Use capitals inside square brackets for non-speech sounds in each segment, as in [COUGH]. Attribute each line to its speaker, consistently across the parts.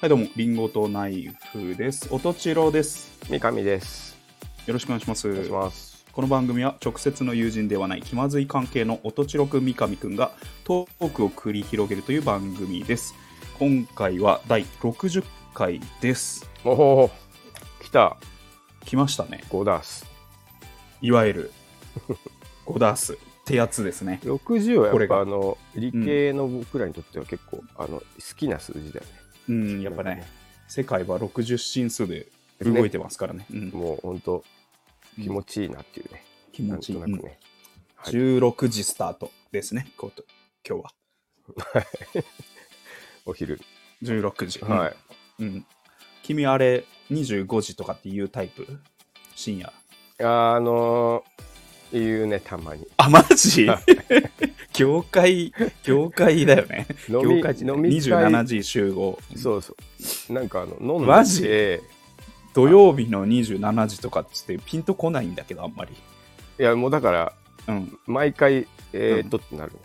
Speaker 1: はい、どうも、リンゴとナイフです。おとちろです。
Speaker 2: 三上です。
Speaker 1: よろしくお願いします。
Speaker 2: お願いします。
Speaker 1: この番組は直接の友人ではない気まずい関係の音千代くん三上くんがトークを繰り広げるという番組です今回は第60回です
Speaker 2: おお、来た、
Speaker 1: 来ましたね
Speaker 2: ゴダース。
Speaker 1: いわゆ
Speaker 2: [LAUGHS]
Speaker 1: るゴダースってやつですね
Speaker 2: 60は
Speaker 1: こ
Speaker 2: や
Speaker 1: れ
Speaker 2: っ
Speaker 1: が
Speaker 2: ぱあの理系の僕らにとっては結構、あの好きな数字だよね。
Speaker 1: うんやっぱね世界は60進数で動いてますからねうん
Speaker 2: もう本当気持ちいいなっていうね。
Speaker 1: 気持
Speaker 2: なん
Speaker 1: ち
Speaker 2: と
Speaker 1: いい、
Speaker 2: なくね。はい
Speaker 1: 16時スタートですねこと今日は
Speaker 2: お昼。
Speaker 1: 16時、うん
Speaker 2: はい。
Speaker 1: うん、君あれ25時とかっていうタイプ深夜
Speaker 2: あーあのー、言うねたまに。
Speaker 1: あ、マジ
Speaker 2: はい
Speaker 1: [LAUGHS] 業界、業界だよね。
Speaker 2: 飲み
Speaker 1: 業界人ね
Speaker 2: 飲み会
Speaker 1: 27時集合。
Speaker 2: そうそう。なんかあの飲んで
Speaker 1: マジ土曜日の27時とかっつってピンとこないんだけど、あんまり。
Speaker 2: いやもうだから
Speaker 1: うん。
Speaker 2: 毎回えーっとってなるね。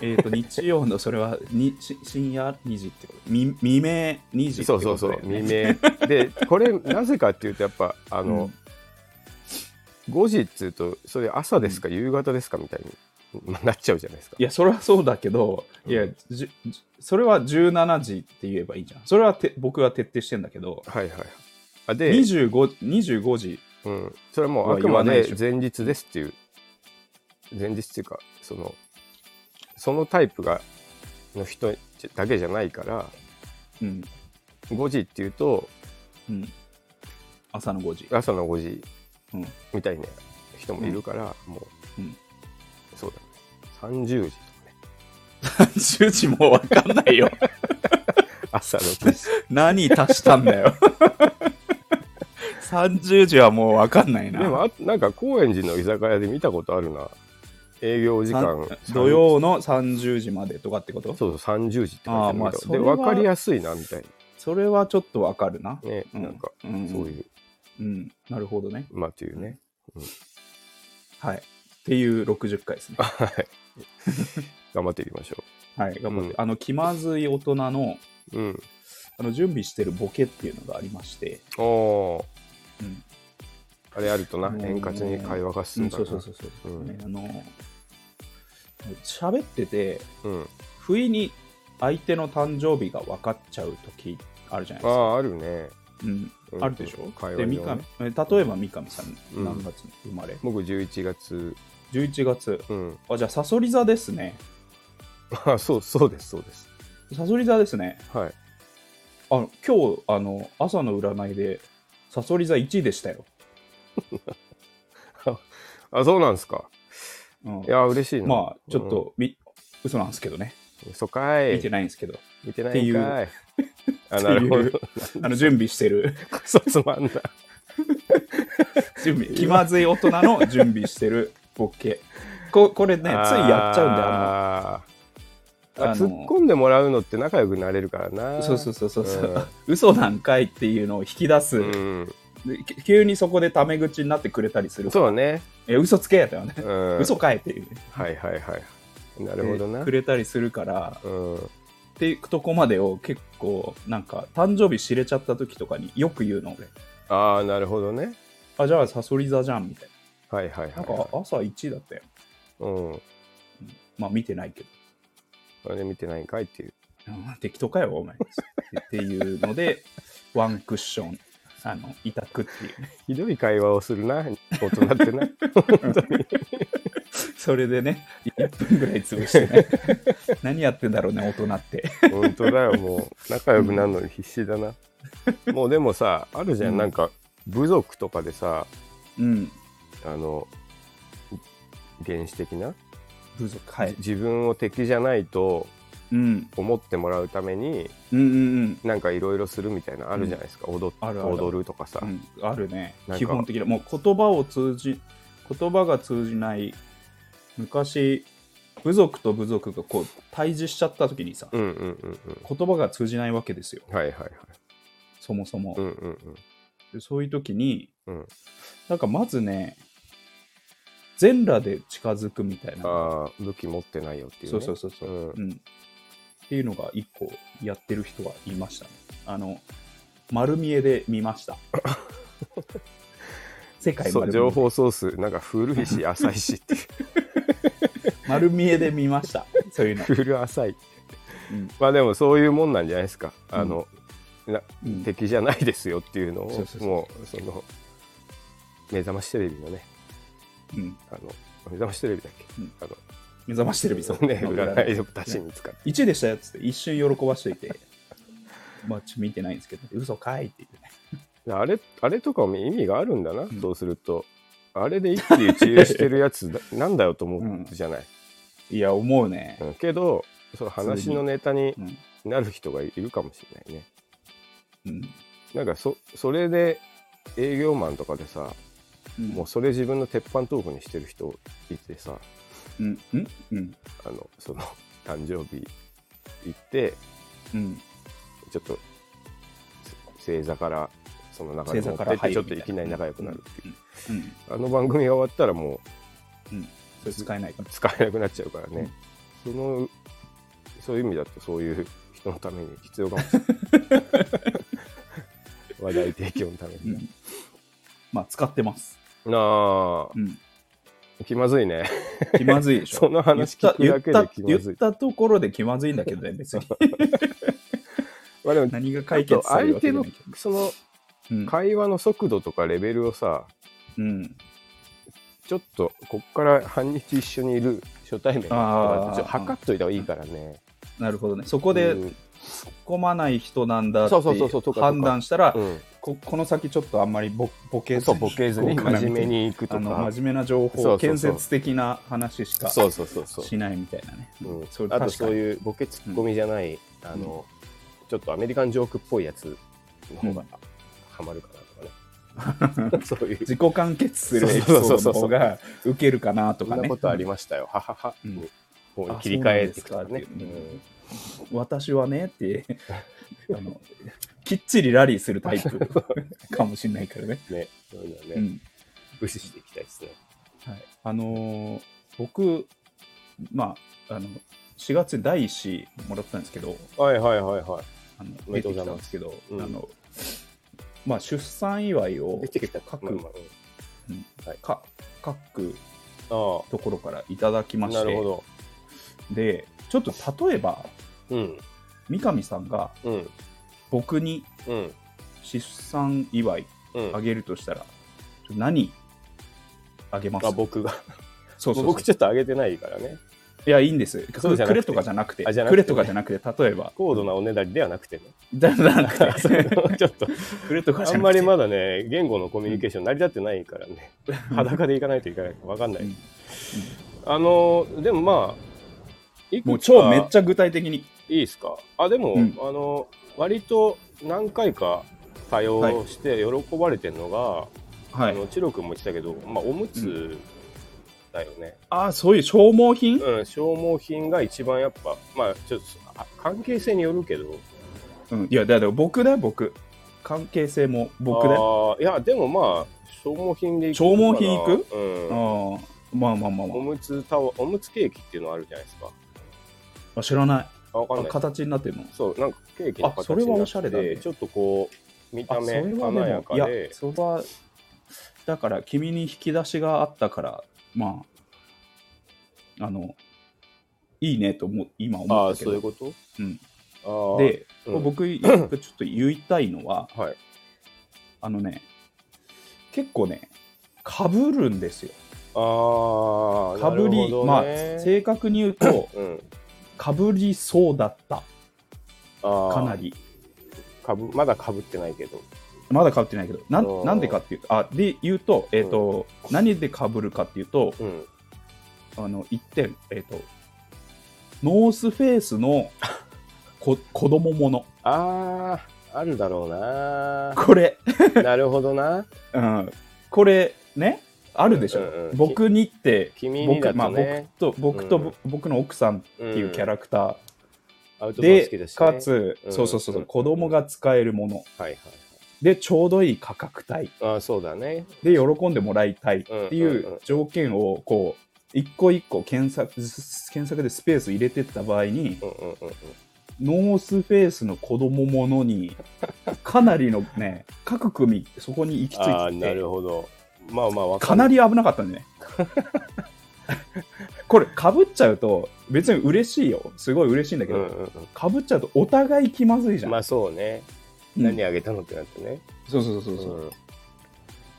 Speaker 1: え
Speaker 2: [LAUGHS]
Speaker 1: っ、と、日曜のそれはにし深夜2時ってことみ未明2時って
Speaker 2: そ
Speaker 1: こ
Speaker 2: うそうそ
Speaker 1: とだ
Speaker 2: う、
Speaker 1: よね、
Speaker 2: 未明でこれなぜかっていうとやっぱあ
Speaker 1: うん
Speaker 2: の、5時っつうとそれ朝ですか、夕方ですかみたいに、まあなっちゃうじゃないですか
Speaker 1: いや、それはそうだけど、
Speaker 2: うん
Speaker 1: いや、じゅじそれは17時って言えばいいじゃん。それはて僕は徹底してんだけど、
Speaker 2: はいはいあで、
Speaker 1: 25, 25時、
Speaker 2: うん、それはもうあく
Speaker 1: は言わ
Speaker 2: ま
Speaker 1: ない
Speaker 2: で
Speaker 1: でしょ
Speaker 2: 前日ですっていう前日っていうかそのそのタイプがの人だけじゃないから
Speaker 1: うん
Speaker 2: 5時っていうと
Speaker 1: うん、朝の5時。 [LAUGHS]
Speaker 2: 朝の5時
Speaker 1: うん
Speaker 2: みたいな人もいるから、もう、
Speaker 1: うん
Speaker 2: そうだね30時とかね
Speaker 1: [LAUGHS] 30時もわかんないよ。
Speaker 2: 朝6時
Speaker 1: [LAUGHS] 何足したんだよ。30時はもうわかんないな。
Speaker 2: でもあなんか高円寺の居酒屋で見たことあるな営業時間
Speaker 1: さん土曜の30時までとかってことそ
Speaker 2: そうそう30時って書いてあ
Speaker 1: あー
Speaker 2: る
Speaker 1: まあ
Speaker 2: けど
Speaker 1: それ
Speaker 2: で
Speaker 1: は
Speaker 2: 分かりやすいなみたい
Speaker 1: れはちょっとわかるな。
Speaker 2: なね、
Speaker 1: うん
Speaker 2: なんか
Speaker 1: うん、
Speaker 2: そういう
Speaker 1: うん。なるほどね。
Speaker 2: まあというね
Speaker 1: はい。っていう60回ですね。
Speaker 2: はい頑張っていきましょ
Speaker 1: はい。頑張って。
Speaker 2: うん
Speaker 1: あの、気まずい大人の、
Speaker 2: ううん
Speaker 1: あの、準備してるボケっていうのがありまして、
Speaker 2: おおー、
Speaker 1: うん
Speaker 2: あれあるとな
Speaker 1: もう
Speaker 2: 円滑に会話が
Speaker 1: う
Speaker 2: 進
Speaker 1: ん、
Speaker 2: むか
Speaker 1: そ
Speaker 2: ら
Speaker 1: う
Speaker 2: な
Speaker 1: そうそうそう、
Speaker 2: うん
Speaker 1: ねあの、喋ってて、
Speaker 2: うん
Speaker 1: 不意に相手の誕生日が分かっちゃう時あるじゃないです
Speaker 2: あ
Speaker 1: か。
Speaker 2: ああるね、
Speaker 1: うん、
Speaker 2: うん
Speaker 1: あるでしょ、
Speaker 2: 会
Speaker 1: で
Speaker 2: 話
Speaker 1: 三
Speaker 2: には
Speaker 1: 上
Speaker 2: ね
Speaker 1: 例えば三上さん
Speaker 2: うん
Speaker 1: 何月に生まれ、
Speaker 2: 僕11月
Speaker 1: 11月
Speaker 2: うん [LAUGHS]
Speaker 1: あじゃあさそり座ですね
Speaker 2: あそうそうですそうです
Speaker 1: さそり座ですね
Speaker 2: はい
Speaker 1: あの今日あの朝の占いでさそり座1位でしたよ、
Speaker 2: あそうなんですか
Speaker 1: うん、
Speaker 2: いや嬉しいな
Speaker 1: まあちょっと、み嘘なんですけどね
Speaker 2: そかい
Speaker 1: 見てないんですけど、
Speaker 2: 見てないんかい。あ、
Speaker 1: って
Speaker 2: なるほ
Speaker 1: いう
Speaker 2: [LAUGHS] ど。
Speaker 1: あの準備してる
Speaker 2: クソつまんない。
Speaker 1: 準備気まずい大人の準備してるボケここれねついやっちゃうんだよあの
Speaker 2: あーあ
Speaker 1: あの
Speaker 2: 突っ込んでもらうのって仲良くなれるからな。
Speaker 1: そうそうそうそうそう、
Speaker 2: うん
Speaker 1: 嘘なんかいっていうのを引き出す、
Speaker 2: うん、
Speaker 1: でき急にそこでタメ口になってくれたりする
Speaker 2: そうね。
Speaker 1: え嘘つけやったよね、
Speaker 2: うん、
Speaker 1: 嘘かえっていう
Speaker 2: はいはいはい。なるほど
Speaker 1: で
Speaker 2: な
Speaker 1: く。れたりするから
Speaker 2: うん、
Speaker 1: っていうとこまでを結構なんか誕生日知れちゃった時とかによく言うの俺
Speaker 2: ああ、なるほどね。
Speaker 1: あじゃあサソリ座じゃんみたい
Speaker 2: はいはい
Speaker 1: ななん
Speaker 2: はい、
Speaker 1: か
Speaker 2: は
Speaker 1: あ朝1だったよ
Speaker 2: い。うん。
Speaker 1: まあ見てないけど
Speaker 2: あれ見てないんかいっていう。
Speaker 1: うん適当かよお前っていうので [LAUGHS] ワンクッションあの委託っていうね
Speaker 2: ひどい会話をするな、大人って
Speaker 1: [LAUGHS]
Speaker 2: な。
Speaker 1: それでね1分ぐらい潰して [LAUGHS] ね何やってんだろうね大人って
Speaker 2: 本当だよ、もう。仲良くなるのに必死だな。もうでもさ、あるじゃん、
Speaker 1: うん
Speaker 2: なんか、部族とかでさ、
Speaker 1: うん
Speaker 2: あの、原始的な
Speaker 1: 部族はい、
Speaker 2: 自分を敵じゃないと
Speaker 1: うん、
Speaker 2: 思ってもらうために
Speaker 1: うんうんうん
Speaker 2: なんかいろいろするみたいなのあるじゃないですか、踊っ
Speaker 1: あるある
Speaker 2: 踊るとかさ、
Speaker 1: うん、あるね
Speaker 2: なんか
Speaker 1: 基本的なもう言葉を通じ言葉が通じない昔部族と部族がこう対峙しちゃった時にさ、
Speaker 2: うん、うんうん
Speaker 1: 言葉が通じないわけですよ
Speaker 2: うんはいはいはい
Speaker 1: そもそも、
Speaker 2: うんうん
Speaker 1: でそういう時に
Speaker 2: うんうん
Speaker 1: なんかまずね全裸で近づくみたいな、
Speaker 2: ああ武器持ってないよっていう、
Speaker 1: そう
Speaker 2: ね、
Speaker 1: そうそうそう、
Speaker 2: うん
Speaker 1: うんっていうのが一個やってる人はいましたねあの丸見えで見ま
Speaker 2: [LAUGHS]
Speaker 1: した世界
Speaker 2: そ
Speaker 1: 丸
Speaker 2: う
Speaker 1: 見え
Speaker 2: 情報ソースなんか
Speaker 1: [LAUGHS]
Speaker 2: 古いし浅いしっていう
Speaker 1: 丸見えで見ましたそう
Speaker 2: [LAUGHS]
Speaker 1: いうの、
Speaker 2: 古浅い
Speaker 1: うん
Speaker 2: まあでもそういうもんなんじゃないですかあの、な
Speaker 1: うん
Speaker 2: 敵じゃないですよっていうのを
Speaker 1: そうそうそう
Speaker 2: もうその目覚ましテレビのね
Speaker 1: うん、
Speaker 2: あの目覚ましテレビだっけ、
Speaker 1: うん
Speaker 2: あの
Speaker 1: 目覚ましテレビそう
Speaker 2: ね占いを出しに使って
Speaker 1: 1位でしたよっつって一瞬喜ばしていてまあちょっと見てないんですけど嘘かいっていうね
Speaker 2: あれあれとかも意味があるんだな、
Speaker 1: ん
Speaker 2: そうするとあれで一喜一憂してるや
Speaker 1: [LAUGHS]
Speaker 2: つだなんだよと思うじゃない、
Speaker 1: いや思うね
Speaker 2: うんけどその話のネタに
Speaker 1: うん、
Speaker 2: なる人がいるかもしれないね
Speaker 1: うん
Speaker 2: なんかそそれで営業マンとかでさ
Speaker 1: うん、
Speaker 2: もうそれ自分の鉄板トークにしてる人いてさ
Speaker 1: うんうんうん
Speaker 2: あのその [LAUGHS] 誕生日行って
Speaker 1: うん
Speaker 2: ちょっと正座からその流
Speaker 1: 星
Speaker 2: れ持
Speaker 1: 座
Speaker 2: っ
Speaker 1: か
Speaker 2: て
Speaker 1: ら
Speaker 2: って
Speaker 1: 入
Speaker 2: ちょ
Speaker 1: るみ
Speaker 2: っ
Speaker 1: たいな
Speaker 2: といきなり仲良くなるっていう
Speaker 1: うん
Speaker 2: あの番組が終わったらも
Speaker 1: うんそれ使えないか
Speaker 2: う
Speaker 1: ら
Speaker 2: 使えなくなっちゃうからね、そのそういう意味だとそういう人のために必要かもしれない
Speaker 1: [LAUGHS]
Speaker 2: 話題提供のため
Speaker 1: う
Speaker 2: に、
Speaker 1: んまあ使ってます
Speaker 2: な
Speaker 1: うん
Speaker 2: あ気まずいね
Speaker 1: 気まずいでしょ
Speaker 2: [LAUGHS] その話聞くだけで気
Speaker 1: 言
Speaker 2: まずい
Speaker 1: った言ったところで気まずいんだけどね別に
Speaker 2: まあでも
Speaker 1: 何が
Speaker 2: あ
Speaker 1: 解
Speaker 2: と
Speaker 1: 決されるわけ
Speaker 2: 相手
Speaker 1: じゃ
Speaker 2: の
Speaker 1: ないけど
Speaker 2: その
Speaker 1: うん
Speaker 2: 会話の速度とかレベルをさ
Speaker 1: うん
Speaker 2: ちょっとこっから半日一緒にいる初対面の人
Speaker 1: あ
Speaker 2: が
Speaker 1: ー
Speaker 2: ちょっと測っといた方がいいからね。
Speaker 1: なるほどねそ
Speaker 2: こ
Speaker 1: こで突っ込まない人なんだって
Speaker 2: そうそうそうそうとかとか
Speaker 1: 判断したら
Speaker 2: うん、
Speaker 1: ここの先ちょっとあんまりボボケずに
Speaker 2: そうボケずに
Speaker 1: こうかな
Speaker 2: 真面目に行くと
Speaker 1: あの
Speaker 2: か
Speaker 1: 真面目な情
Speaker 2: そうそうそ
Speaker 1: 報
Speaker 2: う
Speaker 1: 建設的な話しか
Speaker 2: そうそうそうそう
Speaker 1: しないみたいなね
Speaker 2: うん
Speaker 1: それ確
Speaker 2: あと
Speaker 1: かに
Speaker 2: そういうボケツッコミじゃない、あのちょっとアメリカンジョークっぽいやつの方が
Speaker 1: うん
Speaker 2: ハマるかなとか
Speaker 1: [LAUGHS]
Speaker 2: ね、そういう
Speaker 1: 自己完結するエピソードの方が受けるかなと
Speaker 2: そ
Speaker 1: か
Speaker 2: んな
Speaker 1: ね
Speaker 2: ことありましたよははは
Speaker 1: うん
Speaker 2: にこう切り替えていくとかね
Speaker 1: あそうな
Speaker 2: う
Speaker 1: んですかっていうん私はねってあのきっちりラリーするタ
Speaker 2: [LAUGHS]
Speaker 1: イプかもしれないからね、
Speaker 2: ねそういうのはね、
Speaker 1: うん
Speaker 2: 無視していきたいですね
Speaker 1: はい、あのー僕まああの4月に第1子もらったんですけど
Speaker 2: はいはいはいは
Speaker 1: あの
Speaker 2: おめ
Speaker 1: 出てき
Speaker 2: でとうござ
Speaker 1: た
Speaker 2: います
Speaker 1: んですけど、
Speaker 2: うん
Speaker 1: あのまあ、出産祝いを
Speaker 2: い出てきた
Speaker 1: 各,、
Speaker 2: まあまあはい
Speaker 1: か各
Speaker 2: あ
Speaker 1: ところからいただき
Speaker 2: あ
Speaker 1: ま
Speaker 2: な
Speaker 1: し
Speaker 2: るほ
Speaker 1: て
Speaker 2: ど
Speaker 1: でちょっと例えば
Speaker 2: うん
Speaker 1: 三上さんが
Speaker 2: うん
Speaker 1: 僕に
Speaker 2: うん
Speaker 1: 出産祝い
Speaker 2: うん
Speaker 1: あげるとしたら、何あげます
Speaker 2: あ僕が
Speaker 1: そうそうそう
Speaker 2: 僕ちょっと上げてないからね
Speaker 1: いやいいんです
Speaker 2: そうじゃなく
Speaker 1: く
Speaker 2: て
Speaker 1: れとかじゃなくて
Speaker 2: あじゃなくて
Speaker 1: くれとかじゃなくて例え
Speaker 2: [LAUGHS]
Speaker 1: ば
Speaker 2: 高度なおねだりでは
Speaker 1: [LAUGHS]
Speaker 2: なくてね
Speaker 1: じゃなく
Speaker 2: そ
Speaker 1: て
Speaker 2: のちょっと
Speaker 1: くれとかじゃなくて
Speaker 2: あんまりまだね、言語のコミュニケーション成り立ってないからね、裸でいかないといけないか分かんない。
Speaker 1: うんうん
Speaker 2: あの、でもまあ、いくつか
Speaker 1: もう超めっちゃ具体的に
Speaker 2: いいですか。あ、でも、
Speaker 1: うん
Speaker 2: あの、割と何回か多用して喜ばれてるのが、
Speaker 1: は
Speaker 2: あ
Speaker 1: い
Speaker 2: の、チロ君も言ってたけど、まあ、おむつだよね。
Speaker 1: ああそういう消耗品
Speaker 2: うん、消耗品が一番やっぱ、まあ、ちょっとあ関係性によるけど、
Speaker 1: うんいやだから僕だよ僕関係性も僕だよ
Speaker 2: あーいや、でもまあ、消耗品でいく
Speaker 1: 消耗品いく
Speaker 2: うん
Speaker 1: あーまあまあまあま
Speaker 2: おむつタワーおむつケーキっていうのあるじゃないですか。
Speaker 1: ああ知らない
Speaker 2: あ、わかん
Speaker 1: あ
Speaker 2: ない。
Speaker 1: 形になってるの
Speaker 2: そう、なんかケーキの
Speaker 1: あ
Speaker 2: 形
Speaker 1: それはおしゃれだね
Speaker 2: になっててちょっとこう、見た
Speaker 1: あそれ
Speaker 2: 目
Speaker 1: はで
Speaker 2: 華や
Speaker 1: も
Speaker 2: か
Speaker 1: いや
Speaker 2: で、
Speaker 1: それはだから君に引き出しがあったからまああのいいねと思う今
Speaker 2: あ
Speaker 1: 思
Speaker 2: あ、
Speaker 1: ったけ
Speaker 2: そういう
Speaker 1: ど
Speaker 2: こと
Speaker 1: うん
Speaker 2: あー、
Speaker 1: で、
Speaker 2: うん
Speaker 1: 僕やっぱちょっと言いたいのは
Speaker 2: はい。
Speaker 1: あのね結構ねかぶるんですよ
Speaker 2: ああ、
Speaker 1: かぶり、
Speaker 2: なるほどね
Speaker 1: まあ正確に言う
Speaker 2: [LAUGHS]
Speaker 1: と
Speaker 2: うん、
Speaker 1: かぶりそうだった
Speaker 2: ああ
Speaker 1: かな。り
Speaker 2: かぶまだかぶってないけど。
Speaker 1: まだかぶってないけどな
Speaker 2: あー
Speaker 1: んなんでかっていうとあで言うと,、えーと何でかぶるかっていうと
Speaker 2: うん。
Speaker 1: あの1点、えっとノースフェイスのこ [LAUGHS] 子供もの
Speaker 2: ああ、あるだろ
Speaker 1: [LAUGHS]
Speaker 2: うな
Speaker 1: これ、
Speaker 2: なるほどな。
Speaker 1: うん、これねあるでしょ、
Speaker 2: うんうんうん
Speaker 1: 僕にって
Speaker 2: 君に
Speaker 1: 僕,、
Speaker 2: だ
Speaker 1: まあ、
Speaker 2: と
Speaker 1: 僕
Speaker 2: ね、
Speaker 1: と僕と、
Speaker 2: うん
Speaker 1: 僕の奥さんっていうキャラクタ
Speaker 2: アウ
Speaker 1: ー
Speaker 2: トドア
Speaker 1: で
Speaker 2: 好、きだし、ね。
Speaker 1: かつ、
Speaker 2: うん
Speaker 1: そうそうそう、
Speaker 2: うん
Speaker 1: 子供が使えるもの
Speaker 2: はいはい
Speaker 1: でちょうどいい価格帯
Speaker 2: はい。ああ、そうだね。
Speaker 1: で喜んでもらいたいってい
Speaker 2: んうんう
Speaker 1: うんう条件をこう一個一個検索検索でスペース入れてった場合に、
Speaker 2: うんうんうんうん。
Speaker 1: ノースフェイスの子供ものに、かなりのね、各組、そこに行き着
Speaker 2: ああ、
Speaker 1: い
Speaker 2: な
Speaker 1: て
Speaker 2: る
Speaker 1: て、
Speaker 2: ほど。まあまあ、わ
Speaker 1: かな
Speaker 2: り。
Speaker 1: り危なかったんでね。これ、かぶっちゃうと、別に嬉しいよ。すごい嬉しいんだけ
Speaker 2: うん
Speaker 1: ど、
Speaker 2: うん
Speaker 1: かぶっちゃうとお互い気まずいじ
Speaker 2: う
Speaker 1: ゃ
Speaker 2: ん。
Speaker 1: ん。
Speaker 2: まあそうね。
Speaker 1: うん
Speaker 2: 何あげたのってなってね。
Speaker 1: そうそうそう
Speaker 2: う
Speaker 1: そう。
Speaker 2: ん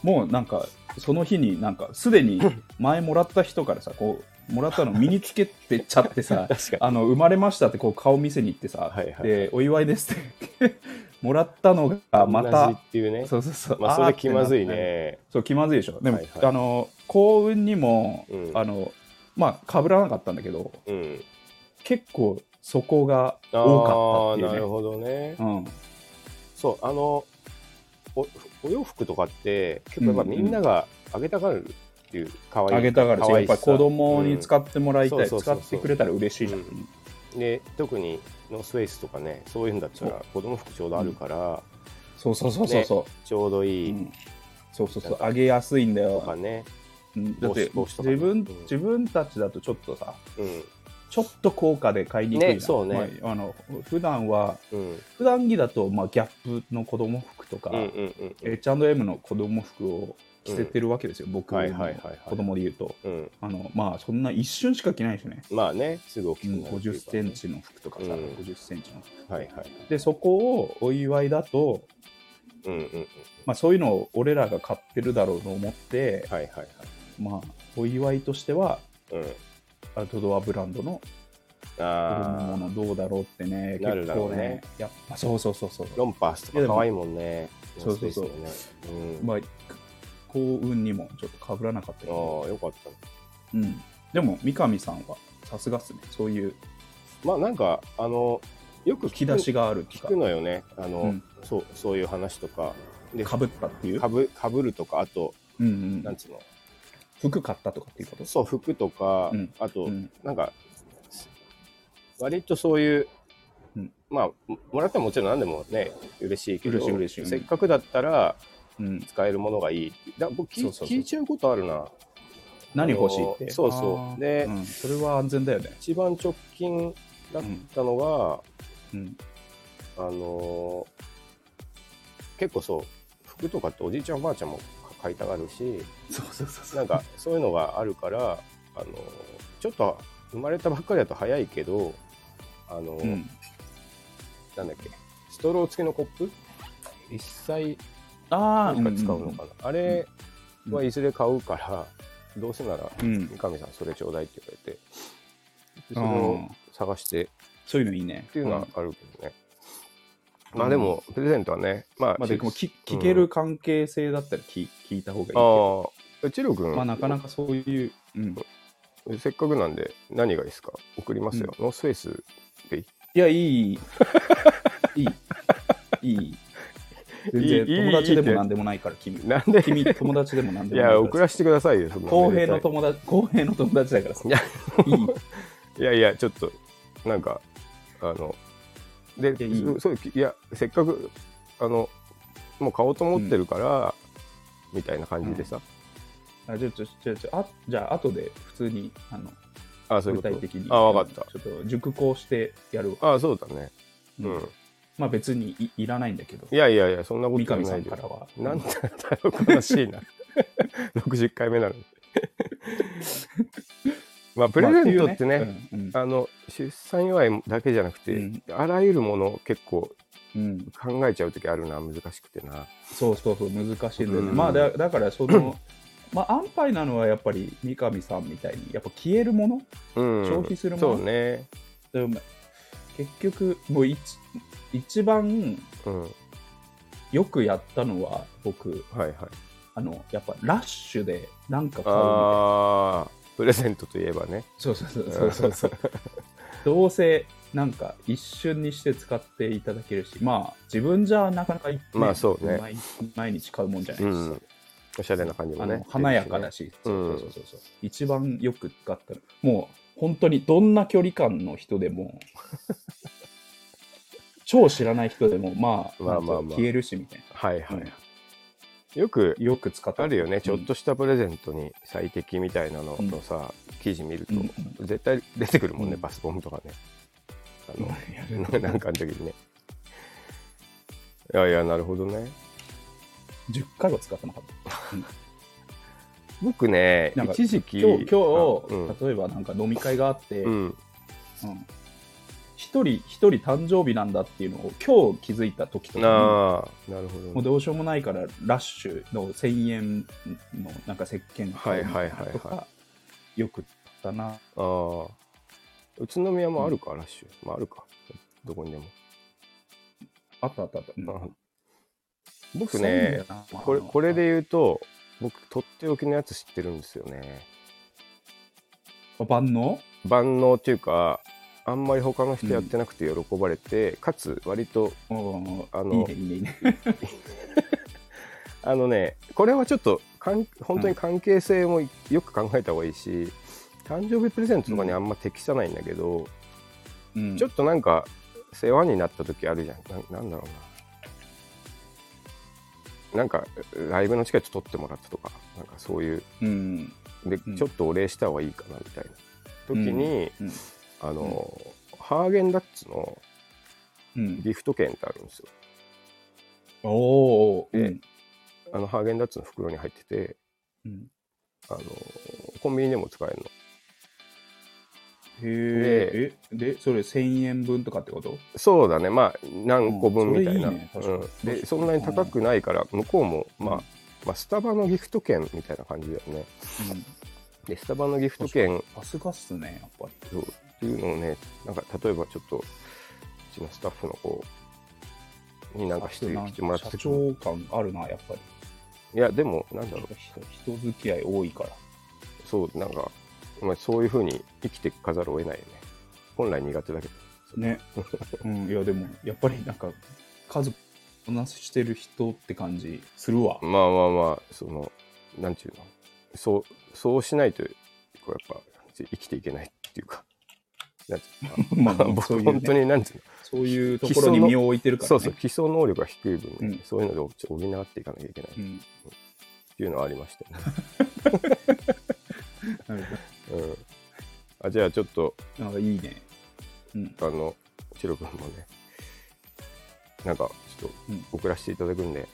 Speaker 1: もうなんか、その日になんか、すで
Speaker 2: [LAUGHS]
Speaker 1: に前もらった人からさ、こう、もらったの身につけてちゃってさ、
Speaker 2: 確か
Speaker 1: あの生まれましたってこう顔見せに行ってさ、
Speaker 2: はいはい
Speaker 1: でお祝いですって [LAUGHS] もらったのが
Speaker 2: に。
Speaker 1: ま
Speaker 2: 同じ
Speaker 1: た
Speaker 2: っていうね。
Speaker 1: そうそうそう
Speaker 2: まあそ
Speaker 1: ー
Speaker 2: れ
Speaker 1: って
Speaker 2: 気まずい
Speaker 1: なって
Speaker 2: ね。
Speaker 1: そう気まずいでしょでも、
Speaker 2: はいはい
Speaker 1: あの幸運にも、
Speaker 2: うん
Speaker 1: あのまあかぶらなかったんだけど
Speaker 2: うん。
Speaker 1: 結構そこが
Speaker 2: あ
Speaker 1: 多
Speaker 2: あ
Speaker 1: かっ
Speaker 2: ー、
Speaker 1: たっ
Speaker 2: な
Speaker 1: てい
Speaker 2: る
Speaker 1: うね
Speaker 2: ほどね
Speaker 1: う。ん、
Speaker 2: そう、あの、おお洋服とかって、結構やっぱみんながあげたがるっていう、かわいい。
Speaker 1: あげたがるし
Speaker 2: 可
Speaker 1: やっ
Speaker 2: 愛い
Speaker 1: ぱり子供に
Speaker 2: っ
Speaker 1: 使ってもらいたい、
Speaker 2: うんそうそうそうそう
Speaker 1: 使ってくれたら嬉しいじゃん、
Speaker 2: うんで、特にノースフェイスとかね、そういうんだったら、子供服ちょうどあるから、
Speaker 1: そうそうそうそうそ
Speaker 2: ちょうど
Speaker 1: う、
Speaker 2: いい。
Speaker 1: うんそうそうそうあげやすいんだ
Speaker 2: とか
Speaker 1: よ、
Speaker 2: ね、
Speaker 1: うんだって
Speaker 2: 帽子帽子とかね
Speaker 1: 自分
Speaker 2: うん
Speaker 1: 自分たちだとちょっとさ
Speaker 2: うん、
Speaker 1: ちょっと高価で買いにくいな、
Speaker 2: ねそうね
Speaker 1: まあ、あの普段は
Speaker 2: うん、
Speaker 1: 普段着だと、まあ、ギャップの子供服とか、
Speaker 2: うん、うん、うん、
Speaker 1: H&M の子供服を着せてるわけですよ、僕
Speaker 2: はいはいはい
Speaker 1: の
Speaker 2: はい
Speaker 1: 子供で言うと、
Speaker 2: うん、
Speaker 1: あのまあそんな一瞬しか着ないしね、
Speaker 2: まあね、すぐ大きく
Speaker 1: うん、
Speaker 2: なるって
Speaker 1: 50
Speaker 2: いうか
Speaker 1: センチの服とかさ、
Speaker 2: うん
Speaker 1: 50センチの服
Speaker 2: はいはい、
Speaker 1: でそこをお祝いだと、
Speaker 2: うん、うん、うん
Speaker 1: まあ、そういうのを俺らが買ってるだろうと思って、
Speaker 2: はいはいはい、
Speaker 1: まあお祝いとしては
Speaker 2: うん、
Speaker 1: アウトドアブランドの子供
Speaker 2: あ
Speaker 1: のどうだろうってね
Speaker 2: なる
Speaker 1: 結
Speaker 2: だろ
Speaker 1: 構
Speaker 2: うね
Speaker 1: ねやっぱそうそうそうそう
Speaker 2: ー、ロンパースとか可愛いもんね、
Speaker 1: いやでもそうそうそう
Speaker 2: ノースフェイスのね、うん、
Speaker 1: まあ、幸運にもちょっとかぶらなかったけ
Speaker 2: ああ
Speaker 1: ど、
Speaker 2: ー、よかったね。
Speaker 1: うん、でも三上さんはさすがっすねそういう
Speaker 2: まあなんかあのよく
Speaker 1: 引き出しがあると
Speaker 2: 聞くのよね、あの、
Speaker 1: うん
Speaker 2: そうそういう話とか、で
Speaker 1: かかぶったっていう
Speaker 2: か、ぶかぶるとかあと
Speaker 1: うんうん
Speaker 2: なんつうの、
Speaker 1: 服買ったとかっていうこと
Speaker 2: そう服とか、
Speaker 1: うん
Speaker 2: あと、
Speaker 1: うん
Speaker 2: なんか割とそういう、
Speaker 1: うん
Speaker 2: まあももらったらもちろん何でもね嬉しいけど
Speaker 1: 嬉しい嬉しいうん
Speaker 2: せっかくだったら
Speaker 1: うん、
Speaker 2: 使えるものがいいだ僕聞
Speaker 1: そうそうそう
Speaker 2: 聞いちゃうことあるな
Speaker 1: 何欲しいって
Speaker 2: そうそう
Speaker 1: あー
Speaker 2: で
Speaker 1: うんそれは安全だよね、
Speaker 2: 一番直近だ
Speaker 1: う
Speaker 2: っ
Speaker 1: ん
Speaker 2: たのが、
Speaker 1: うん、
Speaker 2: あのー結構そう服とかっておじいちゃんおばあちゃんも買いたがるし
Speaker 1: そうそうそうそ
Speaker 2: な
Speaker 1: うん
Speaker 2: かそういうのがあるから、あのーちょっと生まれたばっかりだと早いけどあのー、
Speaker 1: うん、
Speaker 2: なんだっけストロー付きのコップ一切
Speaker 1: ああ
Speaker 2: なんか使うのかな、あれ
Speaker 1: うん
Speaker 2: はいずれ買うから、どうせなら
Speaker 1: うん
Speaker 2: 三上さんそれちょうだいって言われてでそれ
Speaker 1: う
Speaker 2: を
Speaker 1: ん
Speaker 2: 探してっ
Speaker 1: そういうのいいね
Speaker 2: ていうの
Speaker 1: ん
Speaker 2: はあるけどね、まあでもプレゼントはねまあ、
Speaker 1: まあ、でも
Speaker 2: し
Speaker 1: 聞聞ける関係性だったら聞聞いた方がいいけど
Speaker 2: ああ、チロ君、
Speaker 1: まあなかなかそういう、うん、
Speaker 2: せっかくなんで、何がいいですか送りますよ。ノースフェイスでいい
Speaker 1: いや、いい。い
Speaker 2: [LAUGHS]
Speaker 1: い。いい。全
Speaker 2: いいい
Speaker 1: 然
Speaker 2: い
Speaker 1: 友達でも何でもないから、君。
Speaker 2: なんで
Speaker 1: 君、友達でも何
Speaker 2: い
Speaker 1: でもないか
Speaker 2: や、
Speaker 1: ら。
Speaker 2: 送らせてくださいよ、そんな
Speaker 1: 公平の友達、公平の友達だからさ。
Speaker 2: いや
Speaker 1: いい。
Speaker 2: いやいや、ちょっと、なんか、あの、で、
Speaker 1: やいい
Speaker 2: そそういや、せっかく、あの、もう買おうと思ってるから、みたいな感じでさ、
Speaker 1: あ、ちょ、ちょ、ちょ、ちょ、あ、じゃあ、後で普通に、あの、
Speaker 2: あそういう
Speaker 1: 具体
Speaker 2: こと。
Speaker 1: 的に。
Speaker 2: あ、わかっ
Speaker 1: ちょっと、熟考してやるわ。
Speaker 2: た。あ、そうだね。
Speaker 1: う
Speaker 2: うんん。
Speaker 1: まあ、別にいいらないんだけど、
Speaker 2: いやいやいや、そんなこ
Speaker 1: 三
Speaker 2: とは
Speaker 1: 上
Speaker 2: な
Speaker 1: さ
Speaker 2: い
Speaker 1: ん
Speaker 2: で
Speaker 1: からは。
Speaker 2: なんだろう、悲しいな。60回目な
Speaker 1: [LAUGHS]
Speaker 2: のに。まあ、プレゼントってね、
Speaker 1: うん。
Speaker 2: あの出産祝いだけじゃなくて、
Speaker 1: うん
Speaker 2: あらゆるものを結構
Speaker 1: うんうん。
Speaker 2: 考えちゃう時あるな難しくてな
Speaker 1: そうそうそう、難しいんだよね。
Speaker 2: うん
Speaker 1: まあ、だだから、その、 [COUGHS] まあ、安牌なのはやっぱり三上さんみたいにやっぱ消えるもの
Speaker 2: うん
Speaker 1: 消費するもの
Speaker 2: そうね
Speaker 1: でも結局もう一一番
Speaker 2: うんは
Speaker 1: よくやったのは僕
Speaker 2: いはい
Speaker 1: あのやっぱラッシュでなんか買うみたいな
Speaker 2: ああプレゼントといえばね
Speaker 1: そうそうそうそうそうそ
Speaker 2: [LAUGHS]
Speaker 1: うどうせなんか一瞬にして使っていただけるしまあ自分じゃなかなか、ね
Speaker 2: まあそうね
Speaker 1: 毎毎日買うもんじゃないうし、
Speaker 2: んおしゃれな感じも
Speaker 1: あ
Speaker 2: ね
Speaker 1: の華やかだ
Speaker 2: し
Speaker 1: し、
Speaker 2: う
Speaker 1: そ
Speaker 2: ん
Speaker 1: うそうそうそう一番よく使ったのもう本当にどんな距離感の人で
Speaker 2: [LAUGHS]
Speaker 1: も超知らない人でもまあ
Speaker 2: まあまあまあ
Speaker 1: なんか消えるしみたい
Speaker 2: はいはい、
Speaker 1: うん
Speaker 2: よく
Speaker 1: なよく使った
Speaker 2: あるよねちょっとしたプレゼントに最適みたいなののさ、記事見ると、
Speaker 1: うん
Speaker 2: 絶対出てくるもんね、
Speaker 1: うん
Speaker 2: バスボムとかねあの [LAUGHS]
Speaker 1: [LAUGHS]
Speaker 2: なんかの時にねいやいやなるほどね
Speaker 1: 10回は使ってなかった。
Speaker 2: 僕ね
Speaker 1: なんか
Speaker 2: 一時期
Speaker 1: 今日、今日、
Speaker 2: うん
Speaker 1: 例えばなんか飲み会があって、
Speaker 2: う
Speaker 1: うん
Speaker 2: ん
Speaker 1: 一人、一人誕生日なんだっていうのを今日気づいた時とか
Speaker 2: ああなるほ
Speaker 1: に、
Speaker 2: ど
Speaker 1: もう
Speaker 2: ね
Speaker 1: どうしようもないから、ラッシュの1000円のなんか石鹸
Speaker 2: はいはいはいはい
Speaker 1: とか、よくだな。
Speaker 2: ああ宇都宮もあるか、ラッシュまああるかどこにでも
Speaker 1: あったあったあった。うん
Speaker 2: あ僕
Speaker 1: そうなんだ
Speaker 2: ね
Speaker 1: よな
Speaker 2: これこれで言うと僕とっておきのやつ知ってるんですよね
Speaker 1: あ万能
Speaker 2: 万能っていうかあんまり他の人やってなくて喜ばれて、かつ割と
Speaker 1: うん
Speaker 2: あの
Speaker 1: いいね、いいね、いいね。
Speaker 2: あのねこれはちょっとかん本当に関係性もよく考えた方がいいし、誕生日プレゼントとかにあんま適さないんだけど、
Speaker 1: うん
Speaker 2: ちょっとなんか世話になった時あるじゃんななんだろうななんかライブのチケット取ってもらったとかなんかそういう
Speaker 1: うん。
Speaker 2: で、
Speaker 1: うん
Speaker 2: ちょっとお礼した方がいいかなみたいな時に、
Speaker 1: うんうん
Speaker 2: あの、ハーゲンダッツの
Speaker 1: うん。
Speaker 2: ギフト券ってあるんですよ
Speaker 1: おおー。
Speaker 2: で
Speaker 1: うん
Speaker 2: あのハーゲンダッツの袋に入ってて
Speaker 1: うん。
Speaker 2: あのコンビニでも使えるの
Speaker 1: へえ。え、で、それ1000円分とかってこと
Speaker 2: そうだねまあ何個分みたいな、
Speaker 1: う
Speaker 2: うんん
Speaker 1: それいいね確かに
Speaker 2: でそんなに高くないから向こうも、まあ
Speaker 1: うん
Speaker 2: まあ、スタバのギフト券みたいな感じだよね
Speaker 1: うん。
Speaker 2: でスタバのギフト券
Speaker 1: さすがっすね、やっぱり。
Speaker 2: そうっていうのをねなんか例えばちょっとうちのスタッフの子になんかして
Speaker 1: なん
Speaker 2: してもらっ
Speaker 1: か
Speaker 2: た
Speaker 1: 社
Speaker 2: 時に
Speaker 1: 長感あるな、やっぱり。
Speaker 2: いやでもなんだろう
Speaker 1: 人人付き合い多いから。
Speaker 2: そうなんか、まあ、そういうふうに生きていかざるを得ないよね本来苦手だけど [LAUGHS]
Speaker 1: ね。うん、いや、でも、やっぱりなんか、数こなしてる人って感じするわ。
Speaker 2: まあまあまあそのなんていうのそうそうしないとこうやっぱ生きていけないってい
Speaker 1: [LAUGHS]
Speaker 2: うかなんていうの
Speaker 1: まあまあ
Speaker 2: 僕
Speaker 1: そういうね
Speaker 2: 本当になんていう
Speaker 1: そういうところに身を置いてる
Speaker 2: の
Speaker 1: から、ね。
Speaker 2: そうそう基礎能力が低い分、
Speaker 1: うん
Speaker 2: そういうので補っていかなきゃいけないっ
Speaker 1: うん。
Speaker 2: ていうのはありましたよね、
Speaker 1: なるほ
Speaker 2: うん、あじゃあちょっと
Speaker 1: どなんかいいね。うん。
Speaker 2: あのチロ君もねなんかちょっ
Speaker 1: うん
Speaker 2: と送らせていただくんで、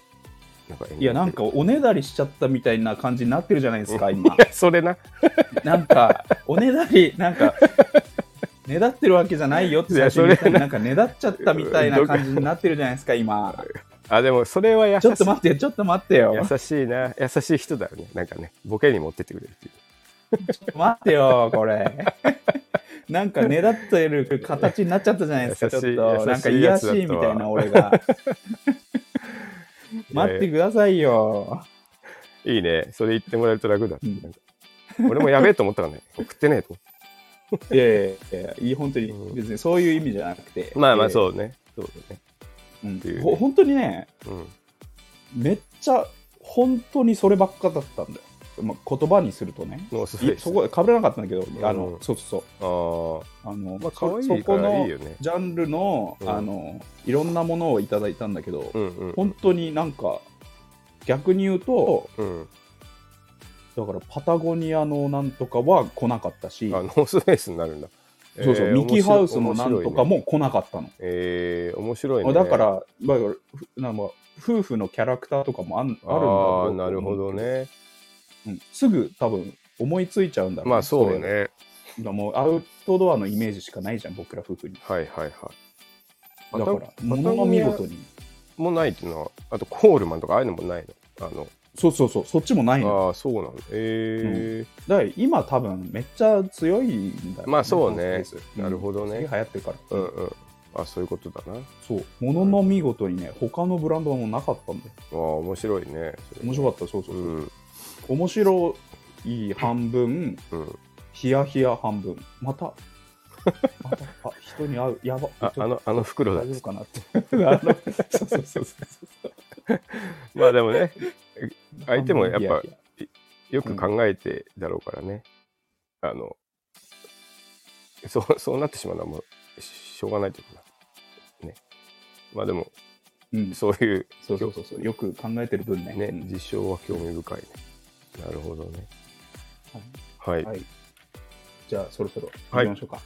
Speaker 2: なんか
Speaker 1: いや、なんかおねだりしちゃったみたいな感じになってるじゃないですか、今。
Speaker 2: それな
Speaker 1: なんか、おねだり、なんか、ねだってるわけじゃないよって最初に言ったのに
Speaker 2: いやそれはな
Speaker 1: なんかねだっちゃったみたいな感じになってるじゃないですか、今。
Speaker 2: あでもそれは優し
Speaker 1: ち
Speaker 2: い
Speaker 1: ょっと待ってよ、ちょっと待ってよ。
Speaker 2: 優しいな優しい人だよねなんかねボケに持ってってくれるっていう
Speaker 1: 待ってよ、これ。なんかねだってる形になっちゃったじゃないですか、ちょ
Speaker 2: 優
Speaker 1: っ
Speaker 2: しい
Speaker 1: と。なんか
Speaker 2: 優
Speaker 1: 癒
Speaker 2: しい
Speaker 1: や
Speaker 2: やつ
Speaker 1: し
Speaker 2: だった
Speaker 1: い
Speaker 2: わ
Speaker 1: みたいな、俺が。待ってくださいよ。
Speaker 2: いいね。それ言ってもらえると楽だ。
Speaker 1: うん
Speaker 2: なんか俺もやべえと思ったからね。 [LAUGHS] 送ってねえと思っ
Speaker 1: いやいやいやいや、本当に
Speaker 2: う、ん
Speaker 1: 別にそういう意味じゃなくて。
Speaker 2: て。まあまあ
Speaker 1: う。
Speaker 2: そうね。そうだね。
Speaker 1: うん
Speaker 2: ていうね
Speaker 1: ほ本当にね、
Speaker 2: うん。
Speaker 1: めっちゃ、本当にそればっかだったんだよ。まあ、言葉にするとね。
Speaker 2: もうすごい
Speaker 1: い
Speaker 2: です
Speaker 1: そこかぶれなかったんだけど、
Speaker 2: ん
Speaker 1: あのそうそうそう
Speaker 2: あ
Speaker 1: あの、
Speaker 2: あ。まあ可
Speaker 1: そ
Speaker 2: 愛
Speaker 1: そ
Speaker 2: い
Speaker 1: こ
Speaker 2: から
Speaker 1: の
Speaker 2: いいよね。
Speaker 1: ジャンルの,、
Speaker 2: うん
Speaker 1: あのいろんなものをいただいたんだけど、
Speaker 2: うんうん。
Speaker 1: 本当になんか逆に言うと
Speaker 2: うん。
Speaker 1: だからパタゴニアのなんとかは来なかったし、
Speaker 2: あ、ノースフェイスになるんだ。
Speaker 1: そうそう
Speaker 2: えー
Speaker 1: ミキハウスのなんとか。
Speaker 2: 面白いね
Speaker 1: も来なかったの、
Speaker 2: えー、面白いね。
Speaker 1: だからまあふなんか夫婦のキャラクターとかもあんあるんだ
Speaker 2: あ
Speaker 1: ろ
Speaker 2: あ
Speaker 1: う
Speaker 2: ー、なるほど、ね。
Speaker 1: うんすぐ多分思いついちゃうんだろ
Speaker 2: まあそう
Speaker 1: れ
Speaker 2: ね。
Speaker 1: だからもうアウトドアのイメージしかないじゃん僕ら夫婦に
Speaker 2: はいはいはい。パ
Speaker 1: だ
Speaker 2: タ
Speaker 1: から、も
Speaker 2: ゴ
Speaker 1: のの見事
Speaker 2: パタゴニ
Speaker 1: に。
Speaker 2: アもないっていうのは、あとコールマンとかああいうのもないの。あの、
Speaker 1: そうそうそう、そっちもないの。
Speaker 2: ああ、そうなの。え
Speaker 1: だから今多分めっちゃ強いんだよ、
Speaker 2: まあそうね
Speaker 1: スペース
Speaker 2: ー、なるほど
Speaker 1: うん
Speaker 2: ね
Speaker 1: す。げえ流行ってるか
Speaker 2: う
Speaker 1: ら。
Speaker 2: んうん。あ、そういうことだな。
Speaker 1: そう。ものの見事にね、他のブランドはもうなかったんだよ。
Speaker 2: ああ、面白いね。
Speaker 1: 面白かった、そうそう
Speaker 2: う
Speaker 1: そう。
Speaker 2: ん。
Speaker 1: 面白い半分、
Speaker 2: うん。
Speaker 1: ヒヤヒヤ半分。また、また、あ、人に会う。やば。
Speaker 2: あ、あの、あの袋だ
Speaker 1: 大。丈夫 [LAUGHS] かなって。あの [LAUGHS] そうそうそうそう。
Speaker 2: まあでもね、相手もやっぱ
Speaker 1: ヒヤヒヤ
Speaker 2: よく考えてだろうからね。あの、そう、そうなってしまうのはもう、ししょうがないというかな。ね。まあでも、
Speaker 1: うん、
Speaker 2: そういう、
Speaker 1: そうそうそうそう。よく考えてる分ね。
Speaker 2: ね
Speaker 1: う、ん
Speaker 2: 事象は興味深いね。なるほどね。
Speaker 1: はい
Speaker 2: はい。
Speaker 1: はい。じゃあ、そろそろ
Speaker 2: は
Speaker 1: 行
Speaker 2: い
Speaker 1: きましょうか。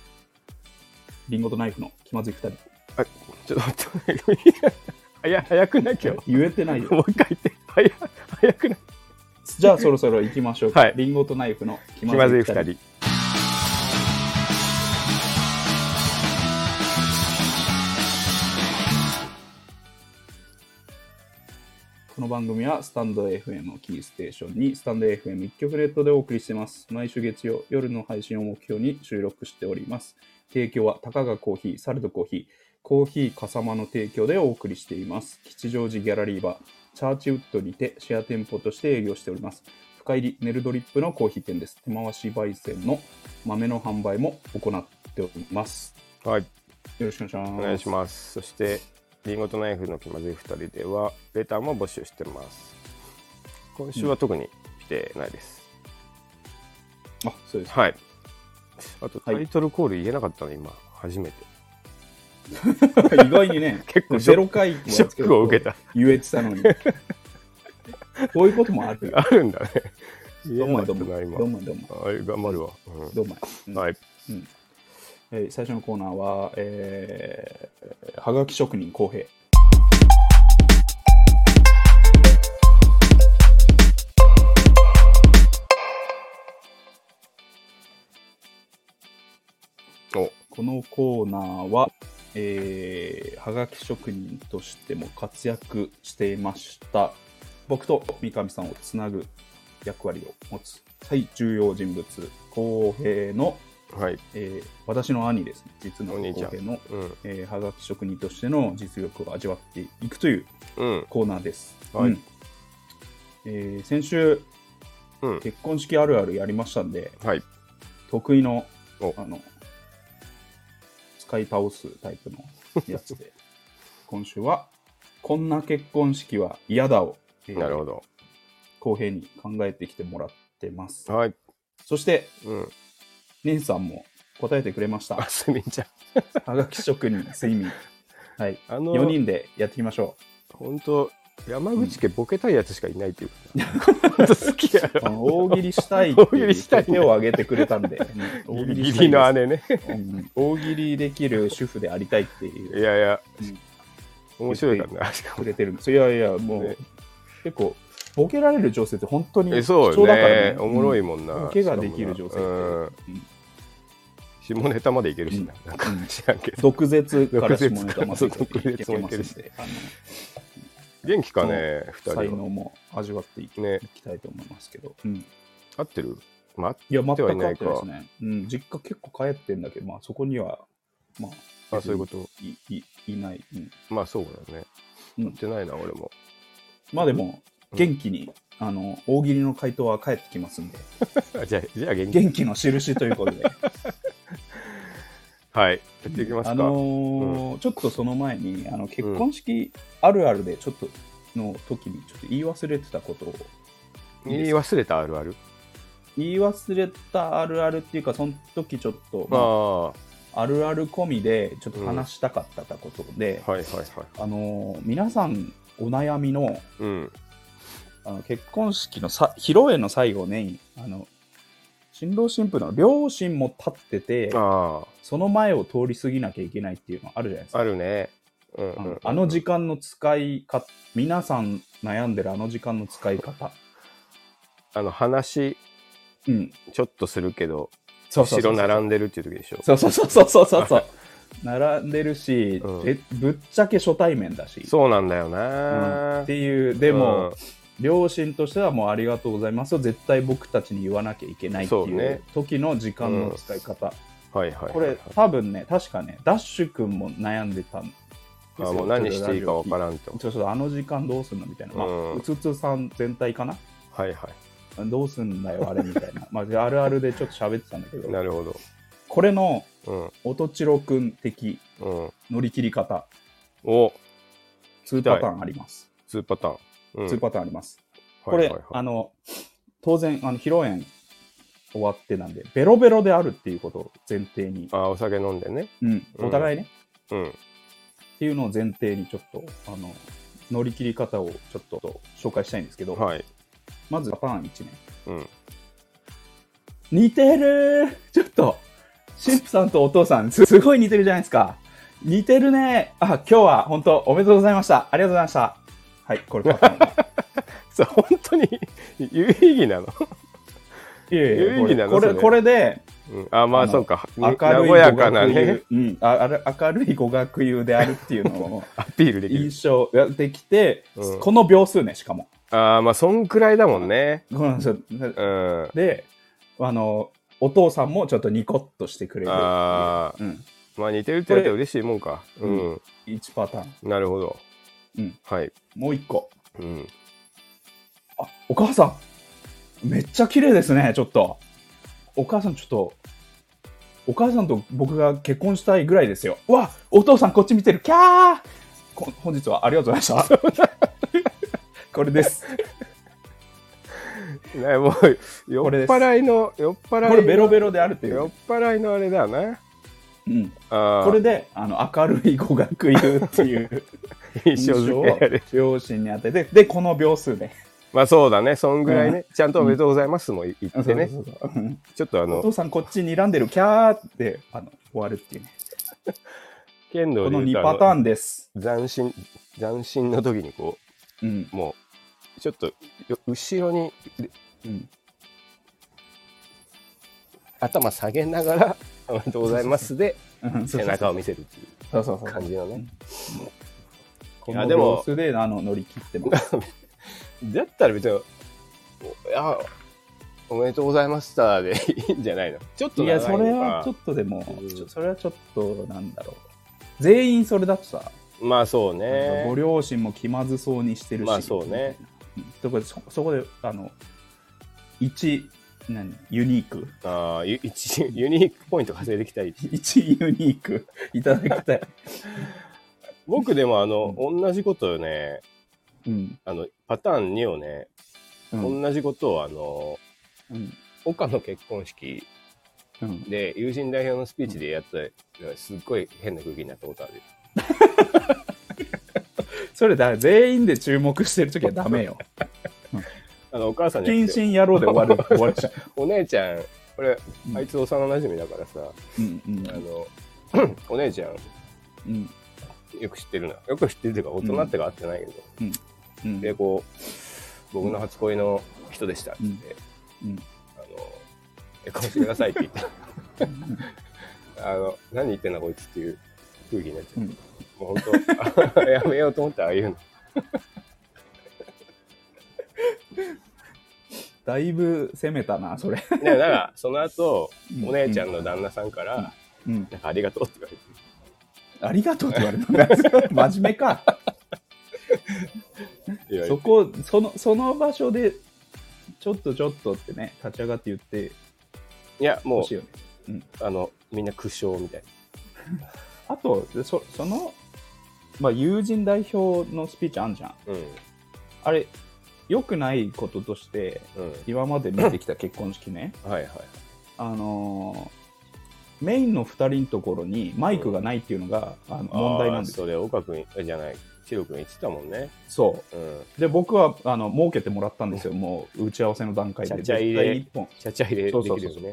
Speaker 1: リンゴとナイフの気まずい2人。
Speaker 2: ちょっと待って、早早くなきゃ。も
Speaker 1: 言えてないよ。
Speaker 2: [LAUGHS] う一回言って、早早くな
Speaker 1: じゃあそろそろ行きましょうか。
Speaker 2: はい
Speaker 1: リンゴとナイフの気
Speaker 2: 気ま
Speaker 1: ま
Speaker 2: ず
Speaker 1: ず
Speaker 2: い
Speaker 1: い
Speaker 2: 二
Speaker 1: 2人。
Speaker 2: 人。
Speaker 1: この番組はスタンド FM をキーステーションにスタンド FM 一曲ネットでお送りしています。毎週月曜夜の配信を目標に収録しております。提供は高がコーヒー、サルドコーヒー、コーヒーかさまの提供でお送りしています。吉祥寺ギャラリーバー、チャーチウッドにてシェア店舗として営業しております。深入りネルドリップのコーヒー店です。手回し焙煎の豆の販売も行っております。
Speaker 2: はい。
Speaker 1: よろしくお願いします。
Speaker 2: お願いします。そして、リンゴとナイフの気まずい2人では、レターも募集してます。今週は特に来てないです。
Speaker 1: あ、そうです。 [LAUGHS]
Speaker 2: はい。あと、タ
Speaker 1: はい
Speaker 2: イトルコール言えなかったの、今、初めて。
Speaker 1: 意外にね、
Speaker 2: [LAUGHS] 結構ショ
Speaker 1: ゼロ回は
Speaker 2: ショックを受けた。
Speaker 1: 言えてたの
Speaker 2: [LAUGHS]
Speaker 1: に。こういうこともあるよ。
Speaker 2: あるんだね。言
Speaker 1: どう
Speaker 2: えな
Speaker 1: も
Speaker 2: かっ
Speaker 1: ど
Speaker 2: た
Speaker 1: うも。
Speaker 2: な、
Speaker 1: どう
Speaker 2: 今。
Speaker 1: もどうも。
Speaker 2: はい、頑張るわ。
Speaker 1: どうも。う
Speaker 2: うんん、はい。
Speaker 1: うんえー最初のコーナーは、えー、はがき職人公平。
Speaker 2: お、
Speaker 1: このコーナーは、えー、はがき職人としても活躍していました。僕と三上さんをつなぐ役割を持つ最重要人物、公平の、
Speaker 2: はい。
Speaker 1: えー私の兄ですね。実の
Speaker 2: お
Speaker 1: 公
Speaker 2: 兄ちゃん
Speaker 1: 平の、
Speaker 2: うん。
Speaker 1: えーはがき職人としての実力を味わっていくという
Speaker 2: うん。
Speaker 1: コーナーです。
Speaker 2: はい
Speaker 1: うんえー先週、
Speaker 2: うん。
Speaker 1: 結婚式あるあるやりましたんで、
Speaker 2: はい。
Speaker 1: 得意の
Speaker 2: お
Speaker 1: あの使い倒すタイプのやつ
Speaker 2: [LAUGHS]
Speaker 1: で今週は「こんな結婚式は嫌だを」えー
Speaker 2: なるほど。
Speaker 1: 公平に考えてきてもらってます
Speaker 2: はい。
Speaker 1: そして
Speaker 2: うん。
Speaker 1: 姉さんも答えてくれました
Speaker 2: [LAUGHS] あ、すみちゃん。
Speaker 1: はがき職人睡眠はい
Speaker 2: あの、
Speaker 1: 4人でやっていきましょ
Speaker 2: 本当山口家ボケたいやつしかいないっ
Speaker 1: [LAUGHS]
Speaker 2: ていうか、本当好きや
Speaker 1: うあ
Speaker 2: ろ
Speaker 1: の大喜利したいって
Speaker 2: 大喜
Speaker 1: い
Speaker 2: 利
Speaker 1: う
Speaker 2: したい
Speaker 1: 手を挙げてくれたん
Speaker 2: [LAUGHS]
Speaker 1: でうん [LAUGHS] 大喜
Speaker 2: ギリ
Speaker 1: 利
Speaker 2: ギリの
Speaker 1: 姉
Speaker 2: 姉ね
Speaker 1: 大喜利できる主婦でありたいっていう
Speaker 2: いやいや、
Speaker 1: うん
Speaker 2: 面白いからねしか
Speaker 1: く
Speaker 2: も
Speaker 1: れてるんですよ。いやいや、もう、
Speaker 2: ね
Speaker 1: 結構、ボケられる女性って本当に
Speaker 2: え
Speaker 1: 貴
Speaker 2: そう
Speaker 1: 重
Speaker 2: よ
Speaker 1: だから
Speaker 2: ねおもろい
Speaker 1: も
Speaker 2: もんな、
Speaker 1: ボケができる女性って
Speaker 2: うん
Speaker 1: うん
Speaker 2: 下ネタまでいけるしな,、
Speaker 1: うん
Speaker 2: なんか知らんけど
Speaker 1: 毒舌から下ネタまで
Speaker 2: 毒舌から
Speaker 1: いけますん
Speaker 2: そう毒舌もいけ
Speaker 1: で、あの
Speaker 2: 元気かね二
Speaker 1: 才
Speaker 2: 人
Speaker 1: 能
Speaker 2: は
Speaker 1: も味わっていき,、
Speaker 2: ね
Speaker 1: たいと思いますけど。うん、
Speaker 2: 合ってるまあ
Speaker 1: いや、全
Speaker 2: で
Speaker 1: く
Speaker 2: は
Speaker 1: 合
Speaker 2: い
Speaker 1: ってない
Speaker 2: ない
Speaker 1: で
Speaker 2: か
Speaker 1: すね。うん、実家結構帰ってんだけど、まあそこには、まあ、
Speaker 2: あそういうこと
Speaker 1: いいいない、うん
Speaker 2: まあそうだね
Speaker 1: うん
Speaker 2: 合ってないな俺も
Speaker 1: まあでも、
Speaker 2: うん
Speaker 1: 元気に、あの、大喜利の回答は返ってきますんで、
Speaker 2: あじゃあじゃあ元気
Speaker 1: 元気の印ということ
Speaker 2: [LAUGHS]
Speaker 1: で。
Speaker 2: はいやっていきますか、
Speaker 1: あのーちょっとその前にあの結婚式あるあるでちょっとの時にちょっと言い忘れてたことを
Speaker 2: 言い忘れたあるある
Speaker 1: 言い忘れたあるあるっていうかその時ちょっと、
Speaker 2: あ
Speaker 1: ま
Speaker 2: あは
Speaker 1: あ、あるある込みでちょっと話したかったことで
Speaker 2: い、はいはい
Speaker 1: あのー皆さんお悩みの
Speaker 2: うん
Speaker 1: あの結婚式のさ披露宴の最後にあの新郎新婦の両親も立ってて
Speaker 2: あ
Speaker 1: その前を通り過ぎなきゃいけないっていうのあるじゃないですか
Speaker 2: ああるねうんうん、うん、
Speaker 1: あの時間の使い方、皆さん悩んでるあの時間の使い方。
Speaker 2: あの話
Speaker 1: うん。
Speaker 2: ちょっとするけど
Speaker 1: そうそうそう。
Speaker 2: 後ろ並んでるっていう時でしょ
Speaker 1: そうそうそうそうそうそう
Speaker 2: [LAUGHS]
Speaker 1: そう。並んでるし、
Speaker 2: うん
Speaker 1: えぶっちゃけ初対面だし。
Speaker 2: そうなんだよ
Speaker 1: うん
Speaker 2: な、
Speaker 1: っていう、でも、両親としてはもうありがとうございますを絶対僕たちに言わなきゃいけないって
Speaker 2: そう
Speaker 1: い
Speaker 2: ね
Speaker 1: う時の時間の使い方。
Speaker 2: うんはいはいはい
Speaker 1: これ多分ね、確かね、ダッシュ君も悩んでたんです
Speaker 2: あ
Speaker 1: よ
Speaker 2: もう何していいかわか
Speaker 1: ん。
Speaker 2: らんと
Speaker 1: そうそう、あの時間どうすんのみたいな。まあ、
Speaker 2: うん
Speaker 1: うつつさん全体かな
Speaker 2: はいは
Speaker 1: どうすんだよ、あれみたいな。まあ、であるあるでちょっと喋ってたんだけ
Speaker 2: い
Speaker 1: ど、
Speaker 2: なるほど
Speaker 1: これの
Speaker 2: うん
Speaker 1: 音千代君的
Speaker 2: うん
Speaker 1: 乗り切り方、
Speaker 2: お
Speaker 1: 2パターンあります。
Speaker 2: 2パターン、うん
Speaker 1: 2パターンあります。こ
Speaker 2: はい
Speaker 1: れ、
Speaker 2: はいは
Speaker 1: あ
Speaker 2: い
Speaker 1: の、当然、あの披露宴終わってなんで、ベロベロであるっていうことを前提に、
Speaker 2: あお酒飲んでね
Speaker 1: うん、
Speaker 2: うん
Speaker 1: お互いね、
Speaker 2: うん
Speaker 1: っていうのを前提にちょっと、あの、乗り切り方をちょっと紹介したいんですけど、
Speaker 2: はい
Speaker 1: まずパターン1ね。
Speaker 2: うん
Speaker 1: 似てるーちょっと、神父さんとお父さん、すすごい似てるじゃないですか。似てるね。あ、今日は本当おめでとうございました。ありがとうございました。はい、これ買
Speaker 2: [LAUGHS]
Speaker 1: ったの。
Speaker 2: そう本当に [LAUGHS] 有意義なの、
Speaker 1: いやいや
Speaker 2: 有意義だな
Speaker 1: これ、これ
Speaker 2: それ
Speaker 1: これで、
Speaker 2: うん、あま
Speaker 1: あ
Speaker 2: あ
Speaker 1: の
Speaker 2: そうか
Speaker 1: 明
Speaker 2: に
Speaker 1: るい
Speaker 2: 和やかな
Speaker 1: 語学
Speaker 2: ね
Speaker 1: 友うん、ああれ明るい語学友であるっていうのを
Speaker 2: アピールできる
Speaker 1: 印象ができて、
Speaker 2: うん
Speaker 1: この秒数ね、しかも。
Speaker 2: あーまあそんくらいだもんね
Speaker 1: そうなんですよ
Speaker 2: うんあ
Speaker 1: で、あの、お父さんもちょっとニコッとしてくれる。
Speaker 2: あー
Speaker 1: うん、
Speaker 2: まあ似てるってやったら嬉しいもんかうん、
Speaker 1: 1パターン。
Speaker 2: なるほど、
Speaker 1: うん
Speaker 2: はい、
Speaker 1: もう1個。
Speaker 2: うん、
Speaker 1: あ、お母さん、めっちゃ綺麗ですね、ちょっと。お母さん、ちょっと、お母さんと僕が結婚したいぐらいですよ。うわ、お父さんこっち見てる、キャーこ本日はありがとうございました。 [LAUGHS] これです。
Speaker 2: ねもう
Speaker 1: [LAUGHS]
Speaker 2: 酔っ
Speaker 1: これです
Speaker 2: 払いの酔っ払い
Speaker 1: これベロベロであるっていう
Speaker 2: 酔っ。払いのあれだよね
Speaker 1: うん、
Speaker 2: あ
Speaker 1: これであの明るい語学言うって
Speaker 2: [LAUGHS]
Speaker 1: いう
Speaker 2: れ
Speaker 1: 印象を
Speaker 2: 付けやれ
Speaker 1: 両親に当てて、で、この秒数で。
Speaker 2: まあそうだねそんぐらいね、ちゃんとおめでとうございますも言言ってね、
Speaker 1: そうそうそううん
Speaker 2: ちょっとあ
Speaker 1: お
Speaker 2: の
Speaker 1: 父さんこっち睨んでる、キャーってあの終わるっていうね。
Speaker 2: 剣道
Speaker 1: こ
Speaker 2: で
Speaker 1: の
Speaker 2: 言う
Speaker 1: 2
Speaker 2: とあ
Speaker 1: パ
Speaker 2: の
Speaker 1: ターンです。
Speaker 2: 斬新斬新の時にこ
Speaker 1: うん
Speaker 2: う。もうちょっとよ後ろにで
Speaker 1: うん
Speaker 2: 頭下げながら「おめでとうございます」で
Speaker 1: うん [LAUGHS] そうそう
Speaker 2: 背
Speaker 1: そう
Speaker 2: 中を見せるってい
Speaker 1: そうそうそうう。
Speaker 2: 感じのね
Speaker 1: こ
Speaker 2: いや
Speaker 1: の
Speaker 2: でも
Speaker 1: 様子であの乗り切ってます。
Speaker 2: だったら別に「いやおめでとうございました」で [LAUGHS] いいんじゃないのちょっ
Speaker 1: い
Speaker 2: と
Speaker 1: や、
Speaker 2: 長い
Speaker 1: そ
Speaker 2: のか
Speaker 1: れはちょっとでも
Speaker 2: うん、
Speaker 1: ちょそれはちょっとなんだろう。全員それだとさ、
Speaker 2: まあそうね
Speaker 1: ご両親も気まずそうにしてるし、
Speaker 2: まあそうね
Speaker 1: うん。とこでそそこで、あの、1、何ユニーク。 [LAUGHS]
Speaker 2: ああゆ一ユニークポイント稼いでいきたい
Speaker 1: 1ユニークいただきたい。
Speaker 2: 僕でもあの、同じことをね
Speaker 1: うん。
Speaker 2: あのパターン2をね、
Speaker 1: うん。
Speaker 2: 同じことをあの
Speaker 1: うん。
Speaker 2: 岡の結婚式
Speaker 1: うん
Speaker 2: で友人代表のスピーチでやったら、すっごい変な空気になったことある
Speaker 1: それだ、全員で注目してるときはダメよ。
Speaker 2: あのお母さん
Speaker 1: 不
Speaker 2: じゃな
Speaker 1: 謹
Speaker 2: くて
Speaker 1: 慎野郎で終わ
Speaker 2: [LAUGHS]
Speaker 1: る。終わるじゃん。
Speaker 2: お姉ちゃん俺
Speaker 1: うん
Speaker 2: あいつ幼馴染だからさ、
Speaker 1: うんうん
Speaker 2: あ
Speaker 1: [CLEARS THROAT]
Speaker 2: のお姉ちゃん
Speaker 1: うん
Speaker 2: よく知ってるなよく知ってるというか大人ってか会ってないけど、
Speaker 1: うん。
Speaker 2: でこう僕の初恋の人でしたっつって、
Speaker 1: うん
Speaker 2: あの結婚してくださいって言ってあの何言ってんだこいつっていう空気になっちゃって、
Speaker 1: うん
Speaker 2: もう本当 [LAUGHS] やめようと思ったらああいうの
Speaker 1: だいぶ攻めたな、それ。
Speaker 2: [LAUGHS] でなんかその後
Speaker 1: うん
Speaker 2: お姉ちゃんの旦那さんから、
Speaker 1: うん。
Speaker 2: なんかありがとうって言われて
Speaker 1: ありがとうって言われたんだ。真面目か。
Speaker 2: 言われ
Speaker 1: そ
Speaker 2: て
Speaker 1: こ、その、その場所で、ちょっとちょっとってね、立ち上がって言って
Speaker 2: いやも
Speaker 1: ほ
Speaker 2: う
Speaker 1: しいよね。
Speaker 2: あのみんな苦笑みたい
Speaker 1: あと、そその、まあ、友人代表のスピーチあんじゃん。
Speaker 2: なうん
Speaker 1: あれ、良くないこととして、
Speaker 2: うん
Speaker 1: 今まで見てきた結婚式ね、
Speaker 2: はいはい
Speaker 1: あのーメインの2人のところにマイクがないっていうのが、あの問題なんです
Speaker 2: あー
Speaker 1: よ。
Speaker 2: それ岡君じゃない千代君言ってたもんね
Speaker 1: そう。
Speaker 2: うん
Speaker 1: で僕はあの儲けてもらったんですよ、もう打ち合わせの段階で。
Speaker 2: ちゃちゃ入れ
Speaker 1: 絶対一本
Speaker 2: ちゃちゃ入れできるよね
Speaker 1: そうそ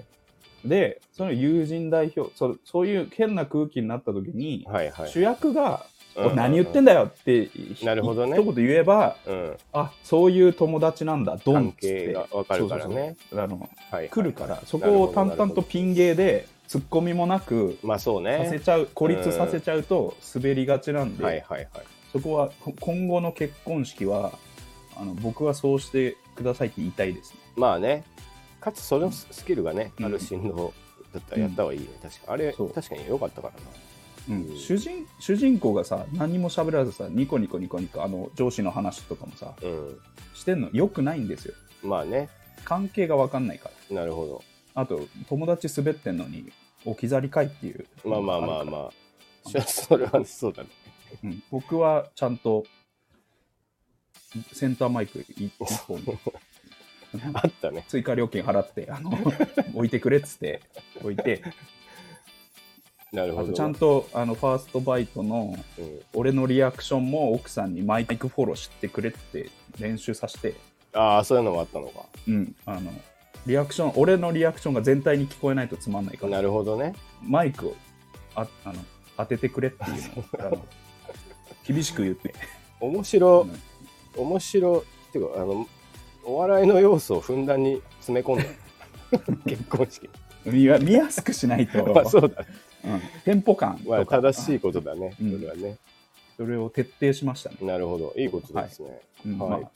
Speaker 1: うで、その友人代表そ、そういう変な空気になった時に、
Speaker 2: はいはい
Speaker 1: 主役が、
Speaker 2: うんうん
Speaker 1: おい何言ってんだよって、ひ
Speaker 2: なるほどね
Speaker 1: 一言言えば、
Speaker 2: うん、
Speaker 1: あそういう友達なんだ、ドンっ
Speaker 2: 関
Speaker 1: つって
Speaker 2: 係がわかるから
Speaker 1: そ
Speaker 2: ね
Speaker 1: うそうそうあの
Speaker 2: はいはい
Speaker 1: 来るから、そこを淡々とピン芸で、ツッコミもなく、
Speaker 2: まあそう
Speaker 1: させ
Speaker 2: ね
Speaker 1: ちゃう孤立させちゃうと滑りがちなんで、
Speaker 2: はいはいはい
Speaker 1: そこはこ今後の結婚式はあの僕はそうしてくださいって言いたいですね。
Speaker 2: まあねかつそのススキルがね、
Speaker 1: うん
Speaker 2: ある振動だったらやった方がいいね確かあれ
Speaker 1: そう
Speaker 2: 確かに良かったからな
Speaker 1: うん主人主人公がさ何も喋らずさニコニコニコニコあの上司の話とかもさ
Speaker 2: うん
Speaker 1: してんのよくないんですよ
Speaker 2: まあね
Speaker 1: 関係が分かんないか
Speaker 2: なるほ
Speaker 1: らあと友達滑ってんのに置き去りかいっていう
Speaker 2: どまあまあま
Speaker 1: あ
Speaker 2: あ
Speaker 1: るか
Speaker 2: まあそそれはそうだね
Speaker 1: らうん僕はちゃんとセンターマイク一一本
Speaker 2: [LAUGHS] あったね
Speaker 1: 追加料金払って
Speaker 2: [LAUGHS]
Speaker 1: あの置いてくれっつって置いて
Speaker 2: なる
Speaker 1: あ
Speaker 2: ほ
Speaker 1: と
Speaker 2: ど
Speaker 1: ちゃんとあのファーストバイトの
Speaker 2: うん、
Speaker 1: 俺のリアクションも奥さんにマイクフォローしてくれって練習させて、
Speaker 2: ああそういうのもあったのか
Speaker 1: うん、あのリアクション、俺のリアクションが全体に聞こえないとつまんないから、
Speaker 2: なるほどね。
Speaker 1: マイクをああの当ててくれっていうのをあの厳しく言っ
Speaker 2: [LAUGHS]
Speaker 1: て。
Speaker 2: 面白、面白っていうか、あの、お笑いの要素をふんだんに詰め込んだ。
Speaker 1: [LAUGHS]
Speaker 2: 結婚式。
Speaker 1: 見や見やすくしないと、
Speaker 2: [LAUGHS] まあそうだ。
Speaker 1: うんテンポ感と
Speaker 2: まあ
Speaker 1: か、
Speaker 2: 正しいことだね。
Speaker 1: うん
Speaker 2: それはね。
Speaker 1: それを徹底しましたね。
Speaker 2: なるほど。いいことですね。
Speaker 1: うん
Speaker 2: はい
Speaker 1: まあ、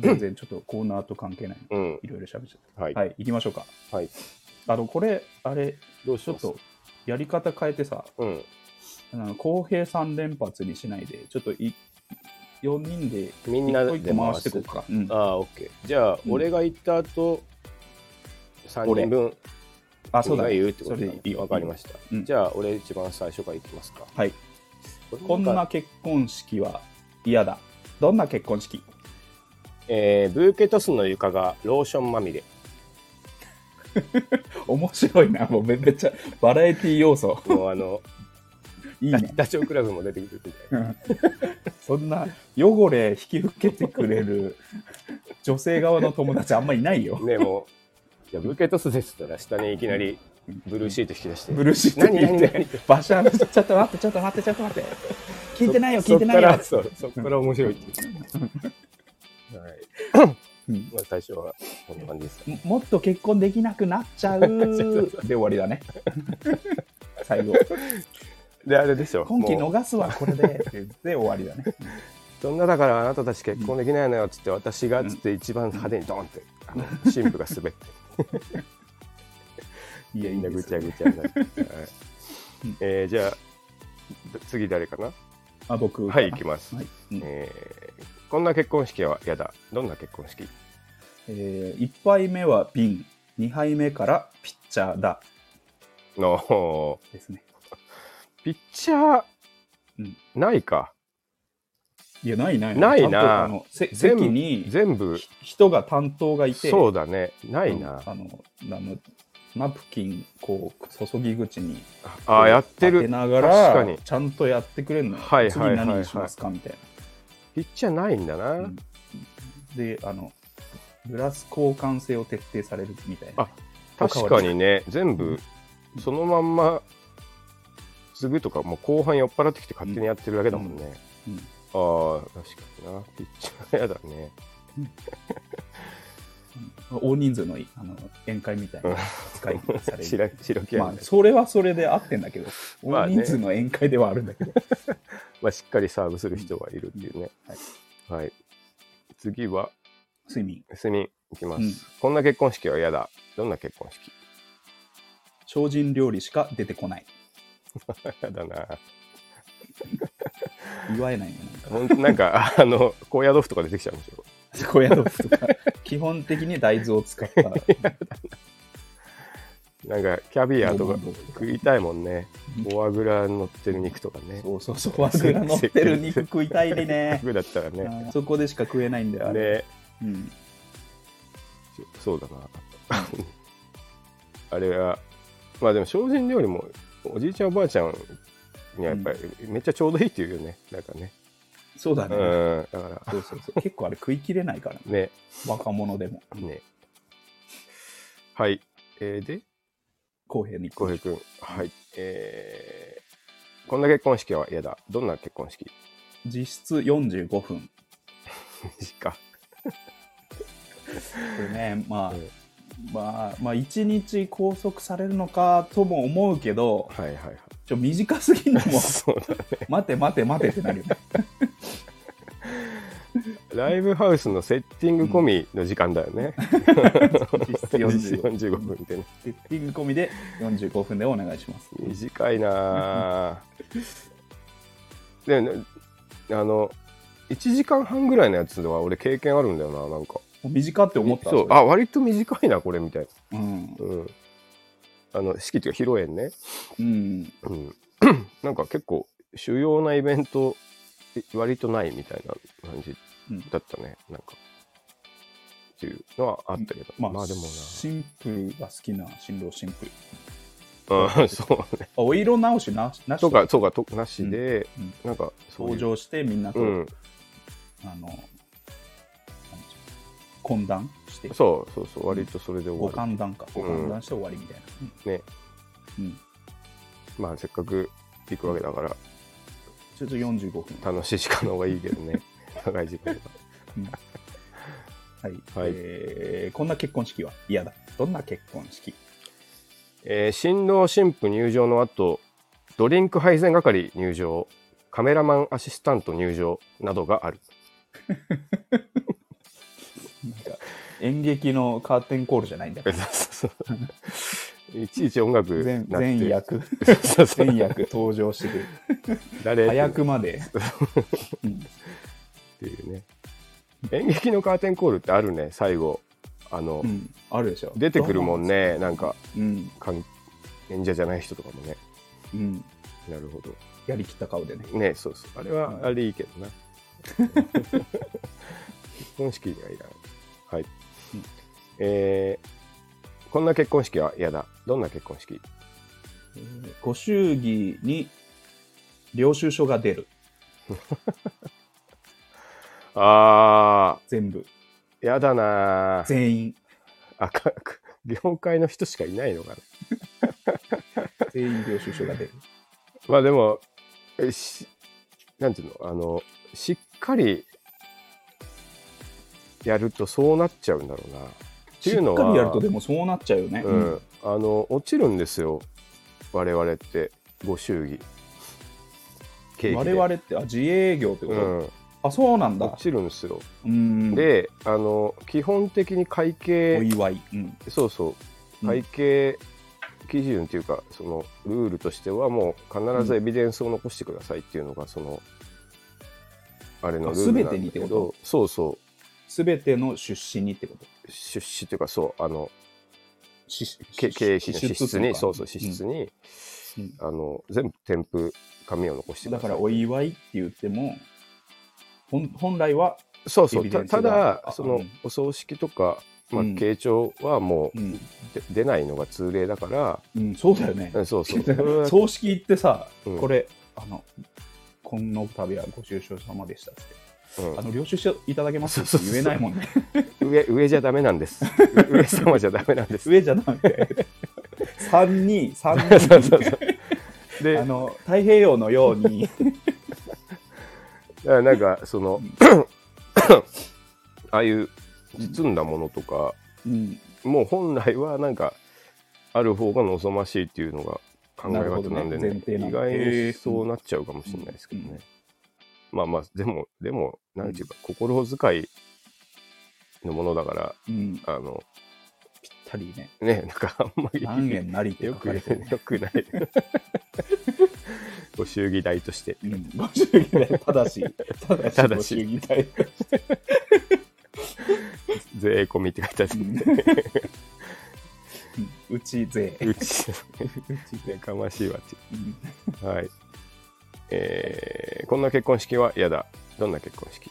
Speaker 1: 全然ちょっとコーナーと関係ない。
Speaker 2: うん。
Speaker 1: いろいろ喋っちゃっ
Speaker 2: はい
Speaker 1: た。。はい、行きましょうか。
Speaker 2: はい。
Speaker 1: あの、これ、あれ、
Speaker 2: どうし
Speaker 1: ちょ
Speaker 2: よ
Speaker 1: っ
Speaker 2: う。
Speaker 1: とやり方変えてさ、
Speaker 2: うん。
Speaker 1: あの公平3連発にしないで、ちょっとい4人で
Speaker 2: みん
Speaker 1: 一
Speaker 2: な
Speaker 1: 個一
Speaker 2: で
Speaker 1: 個回
Speaker 2: 回
Speaker 1: して
Speaker 2: す
Speaker 1: いこう。か。うん
Speaker 2: ああ、オッケー。じゃあ、
Speaker 1: うん
Speaker 2: 俺が言った後、3人分、
Speaker 1: あ、そ
Speaker 2: 君
Speaker 1: うだ
Speaker 2: が
Speaker 1: ね。
Speaker 2: 言うってこと
Speaker 1: それ
Speaker 2: ね
Speaker 1: でいいよ
Speaker 2: わかりました。
Speaker 1: うん
Speaker 2: じゃあ、俺一番最初からいきますか。
Speaker 1: はい。こん
Speaker 2: か
Speaker 1: な結婚式は嫌だ。どんな結婚式 [LAUGHS]
Speaker 2: えーブーケトスの床がローションまみれ。
Speaker 1: 面白いな。もうめめっちゃバラエティ要素。
Speaker 2: もうあ
Speaker 1: [LAUGHS]
Speaker 2: の、
Speaker 1: いい
Speaker 2: ダ
Speaker 1: ね。 [LAUGHS]
Speaker 2: ダチョウ倶楽部も出てくるみたい
Speaker 1: うんそんな汚れ引き受けてくれる女性側の友達あんまいないよ。
Speaker 2: な。ね、もう、いやブーケトスですって言ったら、下にいきなりブルーシート引き出して。
Speaker 1: ブルーシート
Speaker 2: 何
Speaker 1: 引い
Speaker 2: 何何
Speaker 1: て、バシャン、ちょっと待って、ちょっと待って、ちょっと待って。聞いてないよ、聞いてない
Speaker 2: そっ
Speaker 1: よ
Speaker 2: か。ら、そうそっから面白いっていう。はい。
Speaker 1: うん
Speaker 2: まあ、最初はこんな感じです。
Speaker 1: ももっと結婚できなくなっちゃ [LAUGHS] うで終わりだ [LAUGHS] ね。最後。
Speaker 2: で、あれでしょ。
Speaker 1: 今期
Speaker 2: もう
Speaker 1: 逃すわ、これで。って言って終わりだね。
Speaker 2: そんなだからあなたたち結婚できないのよっつって私がっつって一番派手にドンってあの神父が滑って
Speaker 1: いや、いい
Speaker 2: みんな
Speaker 1: で
Speaker 2: ぐ
Speaker 1: す
Speaker 2: ちゃぐちゃになって、は
Speaker 1: [LAUGHS] う
Speaker 2: い
Speaker 1: ん
Speaker 2: えーじゃあ次誰かな
Speaker 1: あ、僕。
Speaker 2: はい行きます、
Speaker 1: はいうん
Speaker 2: えーこんな結婚式は嫌だどんな結婚式
Speaker 1: えー、1杯目は瓶、2杯目からピッチャーだ。
Speaker 2: の
Speaker 1: ですね。
Speaker 2: ピッチャー
Speaker 1: うん
Speaker 2: ないか
Speaker 1: いや、ないない。
Speaker 2: ない
Speaker 1: ちゃ
Speaker 2: な
Speaker 1: んとあのせ
Speaker 2: 全部
Speaker 1: 席に
Speaker 2: 全部
Speaker 1: ひ人が担当がいて、
Speaker 2: そうだねない
Speaker 1: うん
Speaker 2: な
Speaker 1: あの、あのナプキン、こう、注ぎ口に。
Speaker 2: ああやって
Speaker 1: 当て
Speaker 2: る
Speaker 1: なが
Speaker 2: 確からに
Speaker 1: ちゃんとやってくれるのよ、
Speaker 2: はいはいはい
Speaker 1: 次
Speaker 2: はい
Speaker 1: 何にしますかみたい
Speaker 2: ピッチャーないんだな、
Speaker 1: うんなであのグラス交換性を徹底されるみたいな
Speaker 2: あ確かにね全部そのまんますぐとかもう後半酔っ払ってきて勝手にやってるだけだもんね、
Speaker 1: うんうん
Speaker 2: ああ確かになピッチャーやだね
Speaker 1: 大人数のいあの宴会みたいな扱いされ
Speaker 2: [LAUGHS]
Speaker 1: る
Speaker 2: 白白木屋
Speaker 1: まあ
Speaker 2: みたいな
Speaker 1: それはそれで合ってんだけど、
Speaker 2: まあ
Speaker 1: 大
Speaker 2: ね
Speaker 1: 人数の宴会ではあるんだ
Speaker 2: [LAUGHS]
Speaker 1: けど、
Speaker 2: まあ、しっかりサーブする人がいるっていうね、はい、次は
Speaker 1: 睡眠
Speaker 2: 睡眠いきます、
Speaker 1: うん
Speaker 2: こんな結婚式は嫌だどんな結婚式 [LAUGHS]
Speaker 1: 精進料理しか出てこない
Speaker 2: やだな
Speaker 1: 祝えないのなんか
Speaker 2: ほんと [LAUGHS] なんかあの高野豆腐とか出てきちゃうんでしょ
Speaker 1: 高野豆腐とか基本的に大豆を使
Speaker 2: [LAUGHS]
Speaker 1: った
Speaker 2: なんかキャビアと
Speaker 1: ごま
Speaker 2: か
Speaker 1: 豆腐とか
Speaker 2: 食いたいもんね
Speaker 1: うん
Speaker 2: フォアグラ乗ってる肉とかね
Speaker 1: そうそうそうフォアグラ乗ってる肉食いたいでね
Speaker 2: 僕だったら [LAUGHS] ね
Speaker 1: あーそこでしか食えないんだよあれ、
Speaker 2: ね
Speaker 1: うん
Speaker 2: そうだな。 [LAUGHS] あれは、まあでも精進料理も、おじいちゃんおばあちゃんにはやっぱりめっちゃちょうどいいって言うよね、なんかね。
Speaker 1: そうだ
Speaker 2: う
Speaker 1: ね、
Speaker 2: ん、だから、
Speaker 1: そうそうそう結構あれ食いきれないからね
Speaker 2: ね、
Speaker 1: 若者でも
Speaker 2: ね。はい。えーで、
Speaker 1: 公平に
Speaker 2: 浩平君。はい。えー、こんな結婚式は嫌だ。どんな結婚式
Speaker 1: 実質45分
Speaker 2: か。
Speaker 1: これ
Speaker 2: [LAUGHS]
Speaker 1: ねまあ、
Speaker 2: うん
Speaker 1: まあまあ1日拘束されるのかとも思うけど
Speaker 2: はいはいはい。
Speaker 1: ちょ短すぎんの
Speaker 2: [LAUGHS]
Speaker 1: も
Speaker 2: そうだね。
Speaker 1: 待て待て待てってなるよ
Speaker 2: [LAUGHS]
Speaker 1: ね
Speaker 2: ライブハウスのセッティング込みの時間だよ [LAUGHS] ね。
Speaker 1: 実質45分
Speaker 2: 45分ってね。
Speaker 1: セッティング込みで45分でお願いします
Speaker 2: 短い [LAUGHS] なぁでもねあの1時間半ぐらいのやつは俺経験あるんだよななんか
Speaker 1: もう短って思った
Speaker 2: そう
Speaker 1: れ
Speaker 2: あ割と短いなこれみたいな
Speaker 1: うん、
Speaker 2: うんあの式っていうか披露宴ね、
Speaker 1: うん、
Speaker 2: うん [CLEARS THROAT] なんか結構主要なイベントえ割とないみたいな感じだったねなんかっていうのはあったけど、
Speaker 1: まあ、
Speaker 2: まあでも
Speaker 1: 新婦が好きな新郎新婦
Speaker 2: な、うん、そうね
Speaker 1: あお色直しななし
Speaker 2: とかそうかとなしで、
Speaker 1: うんうん
Speaker 2: なんかそうい
Speaker 1: 登
Speaker 2: う
Speaker 1: 場してみんなと、
Speaker 2: うん
Speaker 1: あのなんていうの懇談して、
Speaker 2: そうそうそう、割とそれで
Speaker 1: ご
Speaker 2: 終わ
Speaker 1: 歓談か、ご歓談して終わりみたいな。
Speaker 2: る。ね。
Speaker 1: うんうん
Speaker 2: まあ、せっかく行くわけだから、
Speaker 1: ちょっと45分。
Speaker 2: 楽しい時間の方がいいけ
Speaker 1: [LAUGHS]
Speaker 2: どね。長い時間が。
Speaker 1: はい、
Speaker 2: はい
Speaker 1: えーこんな結婚式は嫌だ。どんな結婚式
Speaker 2: えー新郎新婦入場の後、ドリンク配膳係入場、カメラマンアシスタント入場などがある。
Speaker 1: なん
Speaker 2: [LAUGHS]
Speaker 1: か演劇のカーテンコールじゃないんだから。
Speaker 2: [LAUGHS] いちいち音楽
Speaker 1: 全
Speaker 2: なって
Speaker 1: 全役、
Speaker 2: そうそう
Speaker 1: 全役登場してくる。
Speaker 2: 誰
Speaker 1: 早くま
Speaker 2: [LAUGHS]
Speaker 1: で。
Speaker 2: っていうね演劇のカーテンコールってあるね最後あの、
Speaker 1: うん、あるでしょ。
Speaker 2: 出てくるもん。ねなんか
Speaker 1: うん、
Speaker 2: かん演者じゃない人とかもね
Speaker 1: うん。
Speaker 2: なるほど
Speaker 1: やりきった顔でね。
Speaker 2: ねそうそうあれは
Speaker 1: うん
Speaker 2: あれいいけどな結婚式にはいらないはい、
Speaker 1: うん
Speaker 2: えーこんな結婚式は嫌だどんな結婚式
Speaker 1: えーご祝儀に領収書が出る。
Speaker 2: あ
Speaker 1: 全部。
Speaker 2: ーやだなー
Speaker 1: 全員。
Speaker 2: あか業界の人しかいないのかな
Speaker 1: 全員領収書が出
Speaker 2: [LAUGHS]
Speaker 1: る。
Speaker 2: まあでも、えしなんていうの、あの、しっかりやるとそうなっちゃうんだろうな。っていうのは
Speaker 1: しっかりやるとでもそうなっちゃうよね。
Speaker 2: うん。あの、落ちるんですよ。我々って、ご祝儀。経費
Speaker 1: 我
Speaker 2: で
Speaker 1: 々って、あ、自営業ってこと、
Speaker 2: うん。
Speaker 1: あ、そうなんだ
Speaker 2: 落。ちるんですよ。
Speaker 1: うん。、
Speaker 2: で、あの、基本的に会
Speaker 1: お
Speaker 2: 計、
Speaker 1: 祝い。うん。
Speaker 2: そうそう、
Speaker 1: うん
Speaker 2: 会計基準っていうか、その、ルールとしては、もう必ずエビデンスを残してくださいっていうのが、その、あれのルールなんだ
Speaker 1: あ全てにって
Speaker 2: け
Speaker 1: こ
Speaker 2: ど
Speaker 1: と、
Speaker 2: そうそう。
Speaker 1: すべての出資にってこと。
Speaker 2: 出資というかそうあの
Speaker 1: 支
Speaker 2: け経営費の支出にそうそう支
Speaker 1: 支
Speaker 2: 出
Speaker 1: 出
Speaker 2: に、
Speaker 1: というか
Speaker 2: あの全部添付紙を残し
Speaker 1: う
Speaker 2: て
Speaker 1: ん
Speaker 2: く
Speaker 1: だ
Speaker 2: ださ
Speaker 1: か
Speaker 2: い
Speaker 1: らお祝いって言っても、ほん本来は、
Speaker 2: そうそ
Speaker 1: エ
Speaker 2: う
Speaker 1: ビデ
Speaker 2: た
Speaker 1: ンスが
Speaker 2: ただ
Speaker 1: あ
Speaker 2: その
Speaker 1: うん
Speaker 2: お葬式とか、まあ
Speaker 1: うん
Speaker 2: 慶長はもう、
Speaker 1: うん、
Speaker 2: で出ないのが通例だから
Speaker 1: うん、そうだよね
Speaker 2: う。んそ
Speaker 1: [LAUGHS]
Speaker 2: うそう
Speaker 1: だ
Speaker 2: そ
Speaker 1: から
Speaker 2: れは
Speaker 1: 葬式行ってさ、
Speaker 2: うん
Speaker 1: これ、あの、この度はご愁傷様でしたっつって、
Speaker 2: うん
Speaker 1: あの、領収書いただけます
Speaker 2: そ
Speaker 1: っ
Speaker 2: う
Speaker 1: て
Speaker 2: そ
Speaker 1: 言
Speaker 2: うそう
Speaker 1: えないもんね。
Speaker 2: 上上じゃダメなんです
Speaker 1: [LAUGHS]
Speaker 2: 上様じゃダメなん [LAUGHS] です
Speaker 1: 上じゃ [LAUGHS] なくて、3人、3
Speaker 2: そうそう
Speaker 1: 人、
Speaker 2: [LAUGHS] で
Speaker 1: あの、太平洋のように、
Speaker 2: だからなんかその [COUGHS] ああいう包んだものとか、
Speaker 1: うん、
Speaker 2: もう本来はなんかある方が望ましいっていうのが考え方なんで
Speaker 1: なるほどね
Speaker 2: ね
Speaker 1: 前提なん
Speaker 2: 意
Speaker 1: だ
Speaker 2: 外
Speaker 1: へ
Speaker 2: に
Speaker 1: ー
Speaker 2: そうなっちゃうかもしれないですけどね、
Speaker 1: うん
Speaker 2: まあまあでもでも何ていうか、心遣いのものだから
Speaker 1: うん、ぴっ
Speaker 2: あの
Speaker 1: たりね、
Speaker 2: ねなんかあんまり
Speaker 1: 何円なりって
Speaker 2: よ
Speaker 1: 書
Speaker 2: く
Speaker 1: か
Speaker 2: よ
Speaker 1: れてる。
Speaker 2: くないご祝儀代として
Speaker 1: うんご祝儀代ただし、ただ
Speaker 2: た
Speaker 1: し、
Speaker 2: だ
Speaker 1: ご
Speaker 2: し
Speaker 1: 祝儀代。
Speaker 2: 税込みって書いてあ
Speaker 1: う
Speaker 2: る、
Speaker 1: んうち税。
Speaker 2: [LAUGHS] うち
Speaker 1: うち
Speaker 2: や
Speaker 1: 税。
Speaker 2: かましいわ
Speaker 1: うん
Speaker 2: ちはいえーこんな結婚式は嫌だどんな結婚式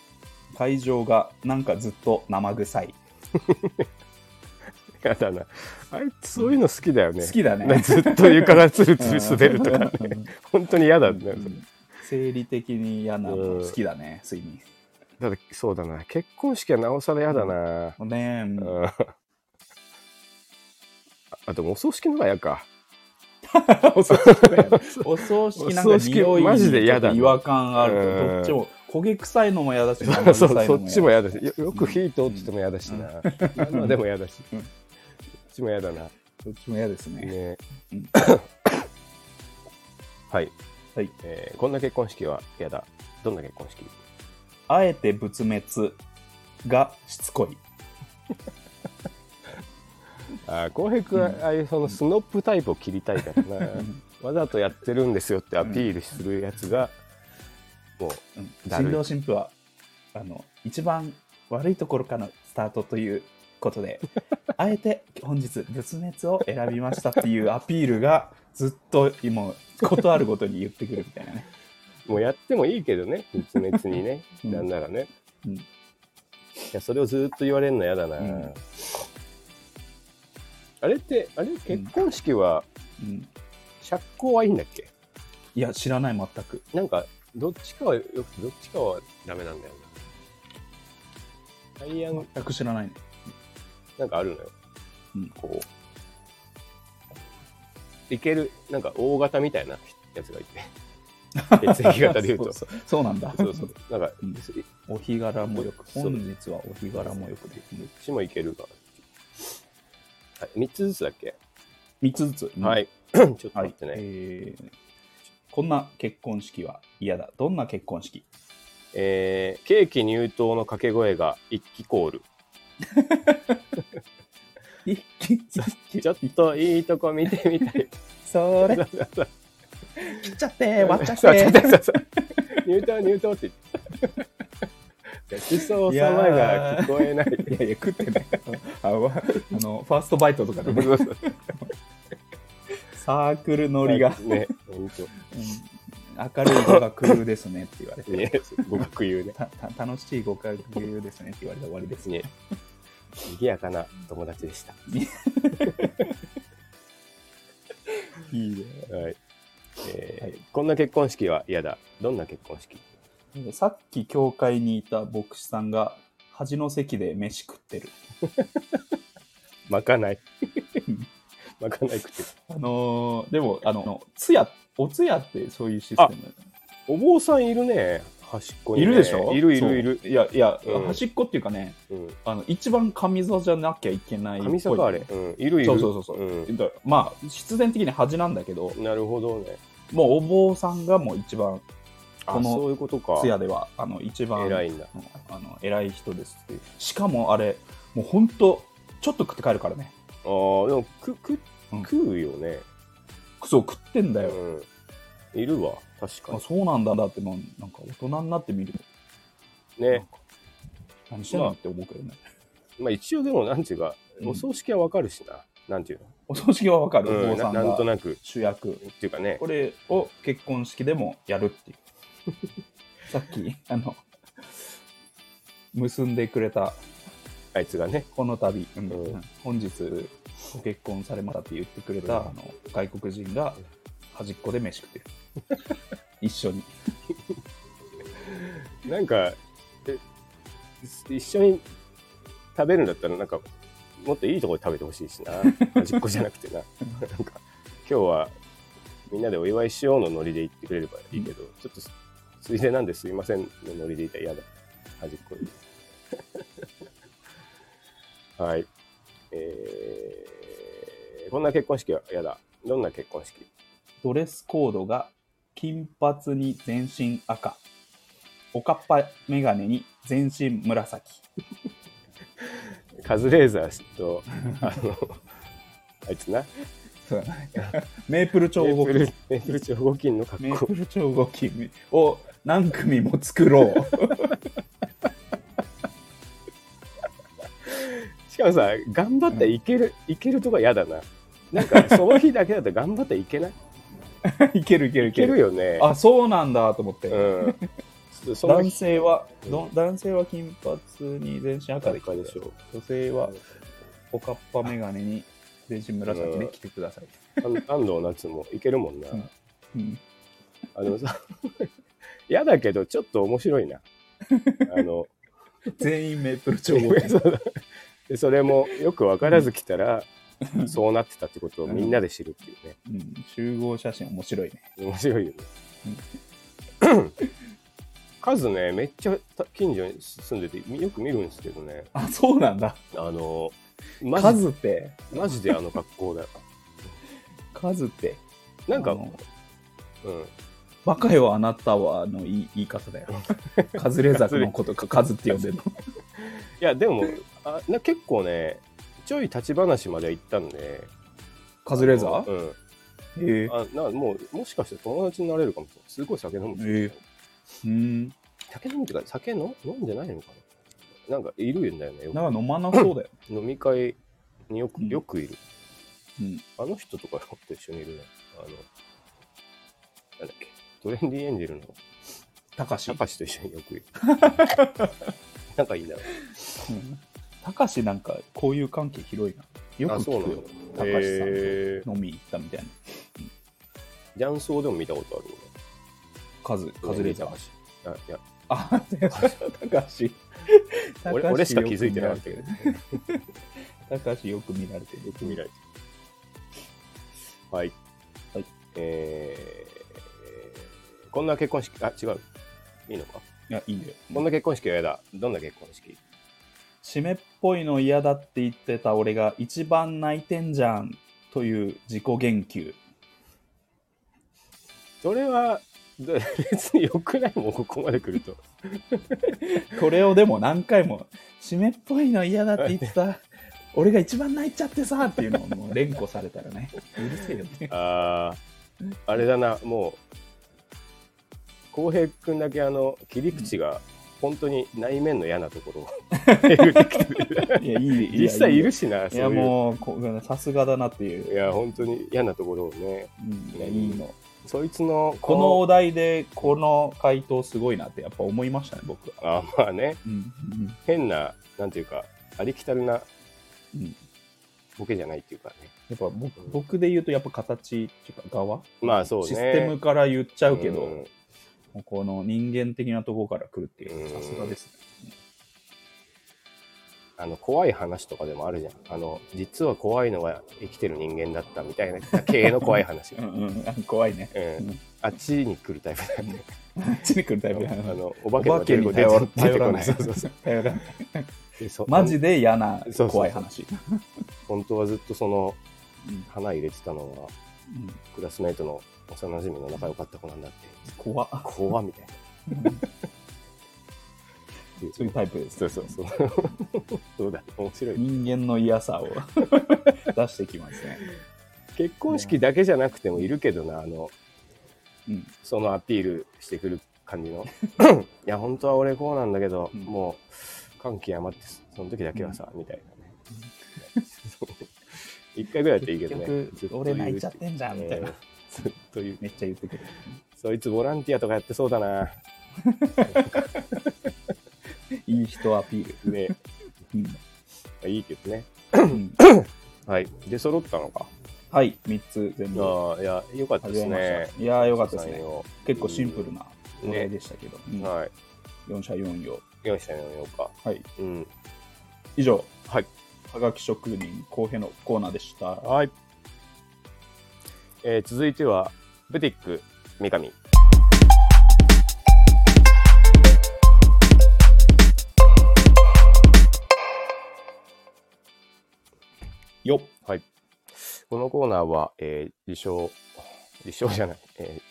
Speaker 1: 会場がなんかずっと生臭い。
Speaker 2: やだな。あいつそういうの好きだよね。
Speaker 1: 好きだね
Speaker 2: なずっと床がツルツル滑る
Speaker 1: [LAUGHS]
Speaker 2: とか、ね
Speaker 1: う、ん
Speaker 2: 本当に嫌だね。
Speaker 1: うん生理的に嫌な
Speaker 2: うん
Speaker 1: の好きだね、睡眠。
Speaker 2: だってそうだな。結婚式はなおさら嫌だな。
Speaker 1: ねえ、
Speaker 2: う
Speaker 1: もうん
Speaker 2: ああでもお葬式の方が嫌か。
Speaker 1: お葬式だよねお葬式なんか
Speaker 2: お葬式
Speaker 1: 匂い
Speaker 2: マジで
Speaker 1: にちょ
Speaker 2: 嫌
Speaker 1: っ
Speaker 2: だ
Speaker 1: と
Speaker 2: ね
Speaker 1: 違和感ある
Speaker 2: う
Speaker 1: と、
Speaker 2: ん
Speaker 1: どっちも焦げ臭いのも嫌だし、
Speaker 2: そうそ
Speaker 1: 生臭
Speaker 2: う
Speaker 1: いのも
Speaker 2: そっ
Speaker 1: 嫌
Speaker 2: ちも嫌だし、よよく火通ってても嫌だしな。あんなでも嫌だし。
Speaker 1: う
Speaker 2: ど
Speaker 1: ん
Speaker 2: っちも嫌だな。
Speaker 1: どっちも嫌ですね。
Speaker 2: ね
Speaker 1: うん
Speaker 2: はい、
Speaker 1: はい
Speaker 2: えーこんな結婚式は嫌だ。どんな結婚式
Speaker 1: あえて仏滅がしつこい。
Speaker 2: ああ、浩平君は
Speaker 1: うん
Speaker 2: ああいうそのスノップタイプを切りたいからな、わざとやってるんですよってアピールするやつが、も
Speaker 1: うん
Speaker 2: だるい
Speaker 1: 新郎新婦はあの一番悪いところからのスタートということで [LAUGHS] あえて本日仏滅を選びましたっていうアピールがずっと今ことあるごとに言ってくるみたいなね、
Speaker 2: う、もうやってもいいけどね、別々にね、
Speaker 1: うん
Speaker 2: なんならね。
Speaker 1: うん
Speaker 2: いや、それをずっと言われるの嫌だな。
Speaker 1: うん
Speaker 2: あれって、あれ結婚式は、
Speaker 1: うん、
Speaker 2: 釈光はいいんだっけ
Speaker 1: いや知らない全く
Speaker 2: なんか、どっちかはよくて、どっちかはダメなんだよな。大安、
Speaker 1: 全く知らないね
Speaker 2: なんかあるのよ。
Speaker 1: うん
Speaker 2: こう、いける、なんか大型みたいなやつがいて、血液型で言う
Speaker 1: [LAUGHS]
Speaker 2: と。
Speaker 1: そうそうそうなんだ。
Speaker 2: [LAUGHS] そうそう。なんか、
Speaker 1: うんお日柄もよく。本日はお日柄もよくできる。
Speaker 2: ちもいけるが。はい、3つずつだっけ、
Speaker 1: 3つずつ。うん
Speaker 2: は。い。 [CLEARS THROAT] ちょっと
Speaker 1: は
Speaker 2: 待っ
Speaker 1: い
Speaker 2: てね。
Speaker 1: えーこんな結婚式は嫌だ。どんな結婚式
Speaker 2: えーケーキ入刀の掛け声が一気コール。
Speaker 1: 一気に
Speaker 2: ちょっといいとこ見てみたい。
Speaker 1: それ、切っちゃ [LAUGHS] って、割っちゃって。
Speaker 2: 入刀入刀って言って。ごちそうさまが聞こえない。
Speaker 1: いやいや、食ってない。あわあの、ファーストバイトとかで、ね、サークル乗りが、
Speaker 2: ね、本
Speaker 1: うん明るい語学流ですねって言われ
Speaker 2: 当ね
Speaker 1: て、、
Speaker 2: 語学言うね。
Speaker 1: たた楽しい語学流ですねって言われて終わりですね。
Speaker 2: ね、賑やかな友達でした。
Speaker 1: いいね。
Speaker 2: はい。えー
Speaker 1: はい
Speaker 2: こんな結婚式は嫌だ。どんな結婚式
Speaker 1: さっき教会にいた牧師さんが端の席で飯食ってる。
Speaker 2: まか
Speaker 1: [LAUGHS]
Speaker 2: ない。まかないくて。
Speaker 1: あのーでも、あの、通夜、お通夜ってそういうシステム
Speaker 2: お坊さんいるね。端っこに
Speaker 1: い
Speaker 2: ね、
Speaker 1: るでしょ
Speaker 2: いるいるいる。
Speaker 1: そういや、いや、
Speaker 2: うん
Speaker 1: 端っこっていうかね、
Speaker 2: うん
Speaker 1: あの、一番上座じゃなきゃいけないっぽい。
Speaker 2: 神坂あれ、うん、いるいる
Speaker 1: そうそうそうそう、
Speaker 2: ん
Speaker 1: だからまあ必然的に端なんだけど
Speaker 2: なるほどね
Speaker 1: もうお坊さんがもう一番
Speaker 2: あ
Speaker 1: この
Speaker 2: そういうことか
Speaker 1: 通夜ではあの一番
Speaker 2: 偉いんだ
Speaker 1: うんあの偉い人ですっていうしかもあれもうほんとちょっと食って帰るからね
Speaker 2: あーでもくく
Speaker 1: うん
Speaker 2: 食うよね、
Speaker 1: そう食ってんだよ、
Speaker 2: うん、いるわ確か
Speaker 1: あそうなんだだってもうなんか大人になってみる
Speaker 2: にね
Speaker 1: 何してんのって思うけどね
Speaker 2: まあ一応でもなんていうか
Speaker 1: うん
Speaker 2: お葬式はわかるしな、なんていう
Speaker 1: お葬式はわかる、
Speaker 2: の、う
Speaker 1: お
Speaker 2: ん、
Speaker 1: 坊さ
Speaker 2: なんなんと
Speaker 1: が
Speaker 2: なくっ
Speaker 1: 主役
Speaker 2: ていうかね
Speaker 1: これを結婚式でもやるっていう [LAUGHS] さっきあの結んでくれた
Speaker 2: あいつがね
Speaker 1: この度、うん
Speaker 2: うん
Speaker 1: 本日ご結婚されましたって言ってくれた、
Speaker 2: うん
Speaker 1: あの外国人が端っこで飯食ってる一緒に
Speaker 2: なんかえ一緒に食べるんだったらなんかもっといいところで食べてほしいしな端っこじゃなくてななんか今日はみんなでお祝いしようのノリで行ってくれればいいけど、ちょっとすついでなんですいませんのノリでいたら嫌だ端っこで [LAUGHS] はいえー、こんな結婚式は嫌だどんな結婚式
Speaker 1: ドレスコードが金髪に全身赤おかっぱ眼鏡に全身紫
Speaker 2: カズレーザーとあのあいつな
Speaker 1: メープル超
Speaker 2: メ
Speaker 1: 合
Speaker 2: ープル
Speaker 1: 金
Speaker 2: メープル超合金の格
Speaker 1: メー
Speaker 2: 好
Speaker 1: プル超合金を何組も作ろう
Speaker 2: しかもさ頑張ったらいける、いけるとか嫌だななんかその日だけだと頑張ったらいけない
Speaker 1: いけるいけるい
Speaker 2: いけ
Speaker 1: け
Speaker 2: る
Speaker 1: る
Speaker 2: よね
Speaker 1: あそうなんだと思って、
Speaker 2: うんそその
Speaker 1: 男
Speaker 2: 日
Speaker 1: 性は、ど男性は金髪に全身赤で来て
Speaker 2: 赤でし [LAUGHS] ょ
Speaker 1: 女性はおかっぱ眼鏡に全身紫で来てください。
Speaker 2: [LAUGHS] 安安藤夏もいけるもんな、
Speaker 1: うんうん、
Speaker 2: あのさ [LAUGHS] 嫌だけどちょっと面白いなあ [LAUGHS] の
Speaker 1: 全員メープル調合金
Speaker 2: そうだ [LAUGHS] でそれもよく分からず来たら、そうなってたってことをみんなで知るっていうね
Speaker 1: うん、集合写真面白いね。
Speaker 2: 面白いよね。カズね、めっちゃ近所に住んでて、よく見るんですけどね、
Speaker 1: あ、そうなんだ。
Speaker 2: あの、マジ
Speaker 1: 数って、
Speaker 2: マジであの格好だよ。
Speaker 1: 数って。
Speaker 2: なんか、
Speaker 1: あ
Speaker 2: う
Speaker 1: の
Speaker 2: ん、
Speaker 1: バカよあなたはの言い言い方だよ。 [LAUGHS] カズレーザーのことかカズって呼んでるの。
Speaker 2: いや、でもあな、結構ね、ちょい立ち話まで行ったんで、
Speaker 1: カズレーザー
Speaker 2: うん
Speaker 1: へえ
Speaker 2: あなもう、もしかして友達になれるかもしれない。すごい酒飲むんですよ
Speaker 1: へえうん。
Speaker 2: 酒飲むっていうか、酒の飲んでないのかななんか、いるんだよね、よく
Speaker 1: なんか飲まなそうだよ。
Speaker 2: 飲み会によく
Speaker 1: うん
Speaker 2: よくいる。
Speaker 1: うん。
Speaker 2: あの人とかと一緒にいるね。あの、なんだっけ、トレンディエンジェルの
Speaker 1: たかし
Speaker 2: シャ。パシと一緒によ [LAUGHS] くいる。なんかいいな。
Speaker 1: うんたかしなんか交友関係広いな。よ
Speaker 2: あ、
Speaker 1: く
Speaker 2: そう
Speaker 1: 聞
Speaker 2: な
Speaker 1: く
Speaker 2: の
Speaker 1: よ。。たかしさん
Speaker 2: えー、
Speaker 1: 飲み行ったみたいな。
Speaker 2: 雀荘でも見たことあるよね。
Speaker 1: カズ、カズレーザー
Speaker 2: トレンディ高橋。あいや、
Speaker 1: あ、高橋。
Speaker 2: [LAUGHS] 俺俺しか気づいてなかったけど、
Speaker 1: 高橋よく見られてる。
Speaker 2: 見られてはい。
Speaker 1: はい
Speaker 2: えーこんな結婚式、あ、違う。いいのか。
Speaker 1: いや、いいよ。
Speaker 2: こんな結婚式は嫌だ。どんな結婚式
Speaker 1: 締めっぽいの嫌だって言ってた俺が一番泣いてんじゃんという自己言及。
Speaker 2: それは、ど別に良くないもん、ここまで来ると。
Speaker 1: これをでも何回も、締めっぽいの嫌だって言って
Speaker 2: [LAUGHS]
Speaker 1: た俺が一番泣いちゃってさっていうのをもう連呼されたらね、うるせえよね。
Speaker 2: あーあれだな、もう、浩平君だけあの、切り口が、本当に内面の嫌なところをえぐってきてる
Speaker 1: いや、いいいや
Speaker 2: 実際いる
Speaker 1: し。
Speaker 2: しな、
Speaker 1: い
Speaker 2: そう
Speaker 1: や、
Speaker 2: いう。
Speaker 1: もうこ、さすがだなっていう。
Speaker 2: いや、本当に嫌なところをね、
Speaker 1: うんいや
Speaker 2: うん
Speaker 1: いいの。
Speaker 2: そいつの、
Speaker 1: このお題で、この回答すごいなってやっぱ思いましたね、僕は。
Speaker 2: あまあね、
Speaker 1: うん。
Speaker 2: 変な、なんていうか、ありきたりな
Speaker 1: うんうん
Speaker 2: ボケじゃないっていうかね。
Speaker 1: やっぱ僕僕で言うと、やっぱ形っていうか側
Speaker 2: まあそうね。
Speaker 1: システムから言っちゃうけど、
Speaker 2: うん
Speaker 1: もうこの人間的なところから来るっていう、
Speaker 2: うん
Speaker 1: さすがですね。
Speaker 2: あの、怖い話とかでもあるじゃん。あの、実は怖いのは生きてる人間だったみたいな、系の怖い話
Speaker 1: [LAUGHS] う
Speaker 2: が。
Speaker 1: んうんあ、怖いね。 [LAUGHS]
Speaker 2: うん、あっちに来るタイプだよね。
Speaker 1: あっちに来るタイプだ
Speaker 2: あ
Speaker 1: な
Speaker 2: の、お
Speaker 1: お
Speaker 2: 化け
Speaker 1: 化
Speaker 2: の
Speaker 1: け
Speaker 2: 出
Speaker 1: に
Speaker 2: て
Speaker 1: 頼
Speaker 2: こ
Speaker 1: ら
Speaker 2: 出て
Speaker 1: 頼らな
Speaker 2: こ
Speaker 1: [LAUGHS]
Speaker 2: ないい。そうそう [LAUGHS] そう
Speaker 1: 頼らない。 [LAUGHS]
Speaker 2: でそ
Speaker 1: マジで嫌な
Speaker 2: そうそうそう
Speaker 1: 怖い話。
Speaker 2: 本当はずっとその、
Speaker 1: うん
Speaker 2: 花入れてたのは、
Speaker 1: うん
Speaker 2: クラスメイトの幼馴染の仲良かった子なんだって。
Speaker 1: 怖
Speaker 2: [LAUGHS]
Speaker 1: っ
Speaker 2: 怖っみたいな。
Speaker 1: そういうタイプです。
Speaker 2: そうそうそう。そうだ、面白い。
Speaker 1: 人間の嫌さを [LAUGHS] 出してきますね。
Speaker 2: 結婚式だけじゃなくてもいるけどな、あの、
Speaker 1: うん
Speaker 2: そのアピールしてくる感じの。 [COUGHS] いや、本当は俺こうなんだけど、
Speaker 1: うん
Speaker 2: もう、感極まって、その時だけはさ、みたいなね。一回ぐらいだっていいけ
Speaker 1: 結
Speaker 2: どね。
Speaker 1: 局
Speaker 2: ずっ、と言
Speaker 1: 俺
Speaker 2: う
Speaker 1: 泣いちゃってんじゃんみたいな
Speaker 2: [LAUGHS] え。ーずっと言う。
Speaker 1: めっちゃ言ってくる。
Speaker 2: そいつボランティアとかやってそうだな。
Speaker 1: いい人アピール。
Speaker 2: [LAUGHS] ね、
Speaker 1: うん
Speaker 2: いいけどね。
Speaker 1: うん
Speaker 2: はい。で、揃ったのか。
Speaker 1: はい、3つ全部
Speaker 2: ああ、いや、よかったです
Speaker 1: 始めま
Speaker 2: ね
Speaker 1: し。た。いやー、よかったですね
Speaker 2: 採。用
Speaker 1: 結構シンプルなお題でしたけど、うん
Speaker 2: はい。
Speaker 1: 4社4用。
Speaker 2: 用意したのよか。
Speaker 1: はい、
Speaker 2: うん。
Speaker 1: 以上、
Speaker 2: はい。
Speaker 1: はがき職人公平のコーナーでした。
Speaker 2: はい、えー続いてはブティック三上
Speaker 1: よっ
Speaker 2: はいこのコーナーは、えー自称自称 [LAUGHS] じゃない、えー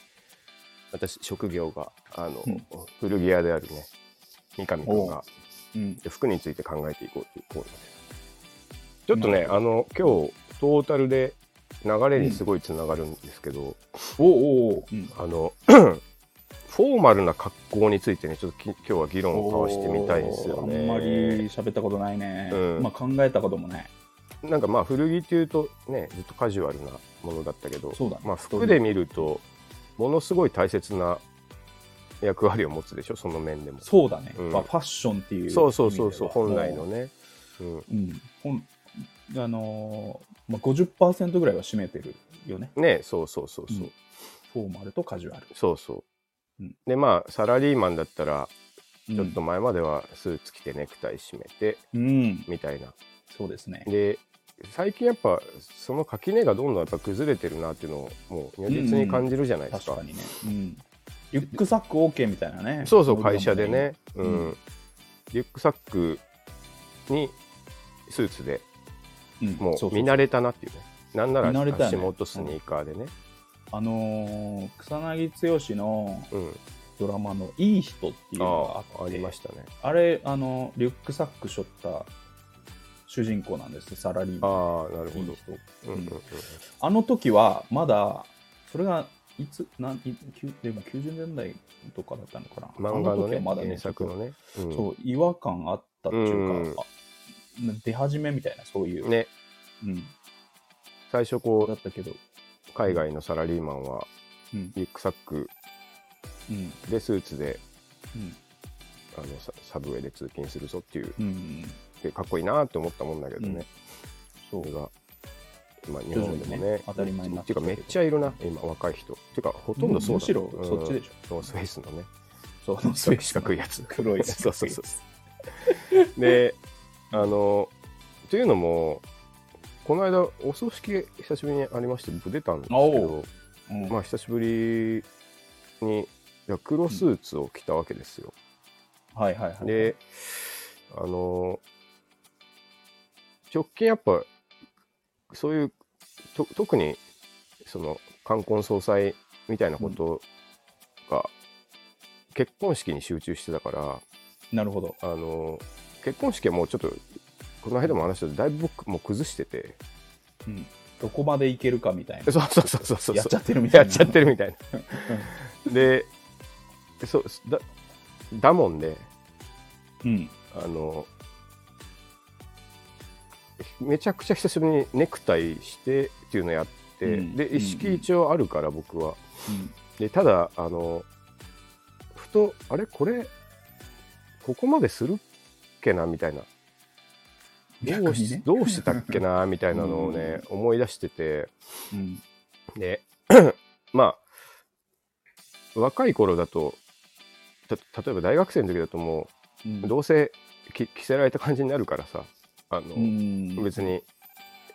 Speaker 2: 私職業があの、
Speaker 1: うん
Speaker 2: 古着屋であるね三上君が
Speaker 1: うん、
Speaker 2: で服について考えていこうというコーナーですちょっとね、あの今日トータルで流れにすごいつながるんですけど、
Speaker 1: おおお、うん、
Speaker 2: あの [CLEARS THROAT] フォーマルな格好についてねちょっとき今日は議論を交わしてみたいですよね。
Speaker 1: あんまり喋ったことないね。
Speaker 2: うん
Speaker 1: まあ考えたこともない。
Speaker 2: なんかまあ古着っていうとねずっとカジュアルなものだったけど、
Speaker 1: そうだね
Speaker 2: まあ、服で見るとものすごい大切な役割を持つでしょその面でも。
Speaker 1: そうだね。
Speaker 2: うん
Speaker 1: まあファッションっていう意味で
Speaker 2: そ
Speaker 1: は。
Speaker 2: うそうそうそう本来のね。うん
Speaker 1: うん。ほんあのーまあ50%ぐらいは占めてるよね。
Speaker 2: ねそうそうそうそう。
Speaker 1: うんフォーマルとカジュアル。
Speaker 2: そうそう
Speaker 1: うん
Speaker 2: でまあサラリーマンだったらちょっと
Speaker 1: うん、
Speaker 2: 前まではスーツ着てネクタイ締めて
Speaker 1: うん、
Speaker 2: みたいな
Speaker 1: そうですね。
Speaker 2: で最近やっぱその垣根がどんどんやっぱ崩れてるなっていうのをもう如実に感じるじゃないですか,、
Speaker 1: 確かにね。うん。リュックサック OK みたいなね。
Speaker 2: そうそう会社でね、
Speaker 1: う
Speaker 2: うんん、リュックサックにスーツで
Speaker 1: うん。
Speaker 2: も
Speaker 1: そうそ
Speaker 2: 見慣れたなっていうねなんなら
Speaker 1: 見慣れたよね
Speaker 2: 足元スニーカーでね
Speaker 1: あのー草薙剛の
Speaker 2: うん、
Speaker 1: ドラマの「いい人」っていう
Speaker 2: あ
Speaker 1: のがあ
Speaker 2: ああ
Speaker 1: って
Speaker 2: りましたね
Speaker 1: あれあのリュックサック背負った主人公なんですサラリーマン
Speaker 2: ああなるほ
Speaker 1: いい
Speaker 2: ど
Speaker 1: 人
Speaker 2: うんうんうん
Speaker 1: あの時はまだそれがいつなんいきゅでも90年代とかだったのかな
Speaker 2: 漫画
Speaker 1: あ
Speaker 2: の
Speaker 1: 時
Speaker 2: ね
Speaker 1: はまだね
Speaker 2: 原作のね、うん、
Speaker 1: そう違和感あったっていうか、
Speaker 2: うん
Speaker 1: あ出始めみたいなそういう、
Speaker 2: ね
Speaker 1: うん、
Speaker 2: 最初
Speaker 1: だ
Speaker 2: こ
Speaker 1: ったけど、
Speaker 2: う海外のサラリーマンは
Speaker 1: うん
Speaker 2: リュックサック
Speaker 1: うん
Speaker 2: でスーツで
Speaker 1: うん
Speaker 2: あのササブウェイで通勤するぞっていう
Speaker 1: うん、
Speaker 2: でかっこいいなって思ったもんだけどね、
Speaker 1: そう
Speaker 2: それが今日本
Speaker 1: 徐々
Speaker 2: でも
Speaker 1: にね
Speaker 2: ね
Speaker 1: 当たり前になっ
Speaker 2: ってて
Speaker 1: き
Speaker 2: いう
Speaker 1: たけど
Speaker 2: かめっちゃいるな今若い人っていうかほとんどそう
Speaker 1: む
Speaker 2: だ
Speaker 1: しろそっちでし
Speaker 2: ょノースフェイスのね
Speaker 1: ょ、そう
Speaker 2: 四角いやつ
Speaker 1: 黒い
Speaker 2: そうそうそうで、あの、というのも、この間、お葬式久しぶりにありまして、僕出たんですけ
Speaker 1: お
Speaker 2: ど、
Speaker 1: うん
Speaker 2: まあ、久しぶりに、いや黒スーツを着たわけですよ。
Speaker 1: はいはいはい。
Speaker 2: で、あの、直近やっぱ、そういう、と特に、その、冠婚葬祭みたいなことが、結婚式に集中してたから、
Speaker 1: なるほど。
Speaker 2: あの結婚式はもうちょっとこの間も話したけどだいぶ僕もう崩してて
Speaker 1: うん。どこまでいけるかみたいな。
Speaker 2: [LAUGHS] そうそうそうそうそう
Speaker 1: やっちゃってるみた
Speaker 2: や
Speaker 1: い
Speaker 2: っ
Speaker 1: な。
Speaker 2: ちゃってるみたいなでそうだだもんで
Speaker 1: うん。
Speaker 2: あのめちゃくちゃ久しぶりにネクタイしてっていうのやって、
Speaker 1: うん
Speaker 2: で一式一応あるから僕は、
Speaker 1: うん。
Speaker 2: でただあのふとあれこれここまでするっけなみたいなど
Speaker 1: 逆
Speaker 2: うし
Speaker 1: にね。
Speaker 2: どうしてたっけなみたいなのをね、思い出してて
Speaker 1: うん。
Speaker 2: で [COUGHS] まあ若い頃だとた例えば大学生の時だとも
Speaker 1: うん
Speaker 2: うどうせき着せられた感じになるからさあの、
Speaker 1: うん。
Speaker 2: 別に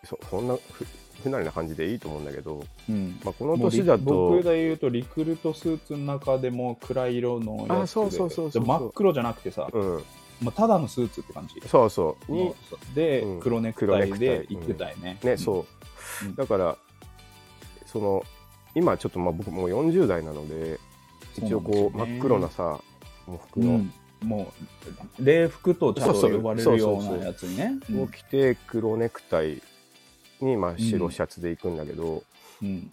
Speaker 2: そそんなふ不慣れな感じでいいと思うんだけど、
Speaker 1: うん。
Speaker 2: まあ、この年だ
Speaker 1: もう僕
Speaker 2: と
Speaker 1: で言うとリクルートスーツの中でも暗い色のやつで
Speaker 2: あそうそうそうそう
Speaker 1: で真っ黒じゃなくてさ、
Speaker 2: うん
Speaker 1: まあ、ただのスーツって感じ
Speaker 2: そうそうに
Speaker 1: もうで、
Speaker 2: うん
Speaker 1: 黒ネクタイで行ってたよね、
Speaker 2: ね、
Speaker 1: う
Speaker 2: そう、
Speaker 1: うん
Speaker 2: だからその今ちょっとまあ僕もう40代なので一応こう
Speaker 1: そうなんですよね
Speaker 2: 真っ黒なさもう服
Speaker 1: ん、う
Speaker 2: の
Speaker 1: んもう礼服とちゃんと呼ばれるようなやつね
Speaker 2: を着て黒ネクタイにまあ白シャツで行くんだけど、
Speaker 1: うん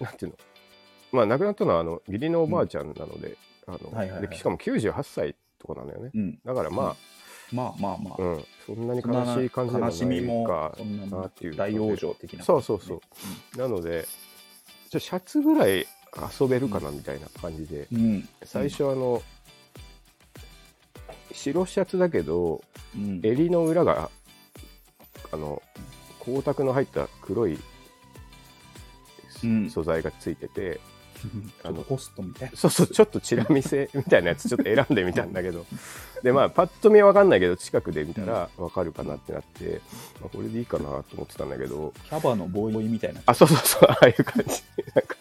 Speaker 2: なんていうのまあ亡くなったのはあの義理のおばあちゃんなので,、あの
Speaker 1: はいはいはい
Speaker 2: でしかも98歳とかなのよね
Speaker 1: うん
Speaker 2: だからま
Speaker 1: まあまあま
Speaker 2: あ、
Speaker 1: あ、
Speaker 2: うんそんなに悲しい感じでも
Speaker 1: 悲しみも
Speaker 2: ないか
Speaker 1: そん
Speaker 2: な
Speaker 1: な
Speaker 2: っていう
Speaker 1: 大往生的な、
Speaker 2: そうそうそう、なのでちょシャツぐらい遊べるかなみたいな感じで、
Speaker 1: うん
Speaker 2: 最初あの、白シャツだけど
Speaker 1: うん
Speaker 2: 襟の裏があの光沢の入った黒いす
Speaker 1: うん
Speaker 2: 素材がついてて、
Speaker 1: ちょっとホストみたいな
Speaker 2: そうそうちょっとチラ見せみたいなやつちょっと選んでみたんだけどでまあパッと見は分かんないけど近くで見たら分かるかなってなって、まあこれでいいかなと思ってたんだけど
Speaker 1: キャバのボーイみたいな
Speaker 2: あそうそうそうああいう感じなんか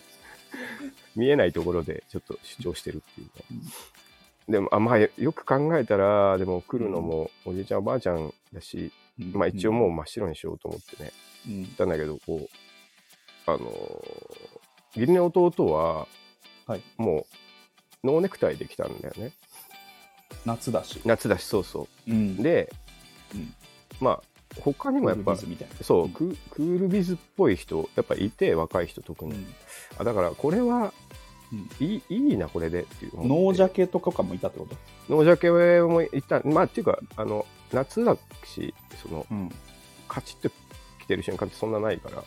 Speaker 2: 見えないところでちょっと主張してるっていうねでもあまあよく考えたらでも来るのもおじいちゃんおばあちゃんだし、まあ一応もう真っ白にしようと思ってね
Speaker 1: うん、うん
Speaker 2: 行ったんだけどこうあのー義理の弟は
Speaker 1: はい、
Speaker 2: もうノーネクタイで来たんだよね
Speaker 1: 夏だし、、
Speaker 2: 夏だしそうそううんで、
Speaker 1: うん
Speaker 2: まあ他にもやっ
Speaker 1: クール
Speaker 2: ぱ
Speaker 1: ビズみたいな
Speaker 2: そう、
Speaker 1: うん
Speaker 2: ククールビズっぽい人やっぱいて若い人特
Speaker 1: う
Speaker 2: に、
Speaker 1: ん
Speaker 2: あだからこれは
Speaker 1: うん
Speaker 2: いいいいなこれでっていう思って
Speaker 1: ノージャケとかもいたってこと
Speaker 2: ノージャケもいったまあっていうかあの夏だしその
Speaker 1: うん、
Speaker 2: カチッと着てる瞬間ってそんなないから、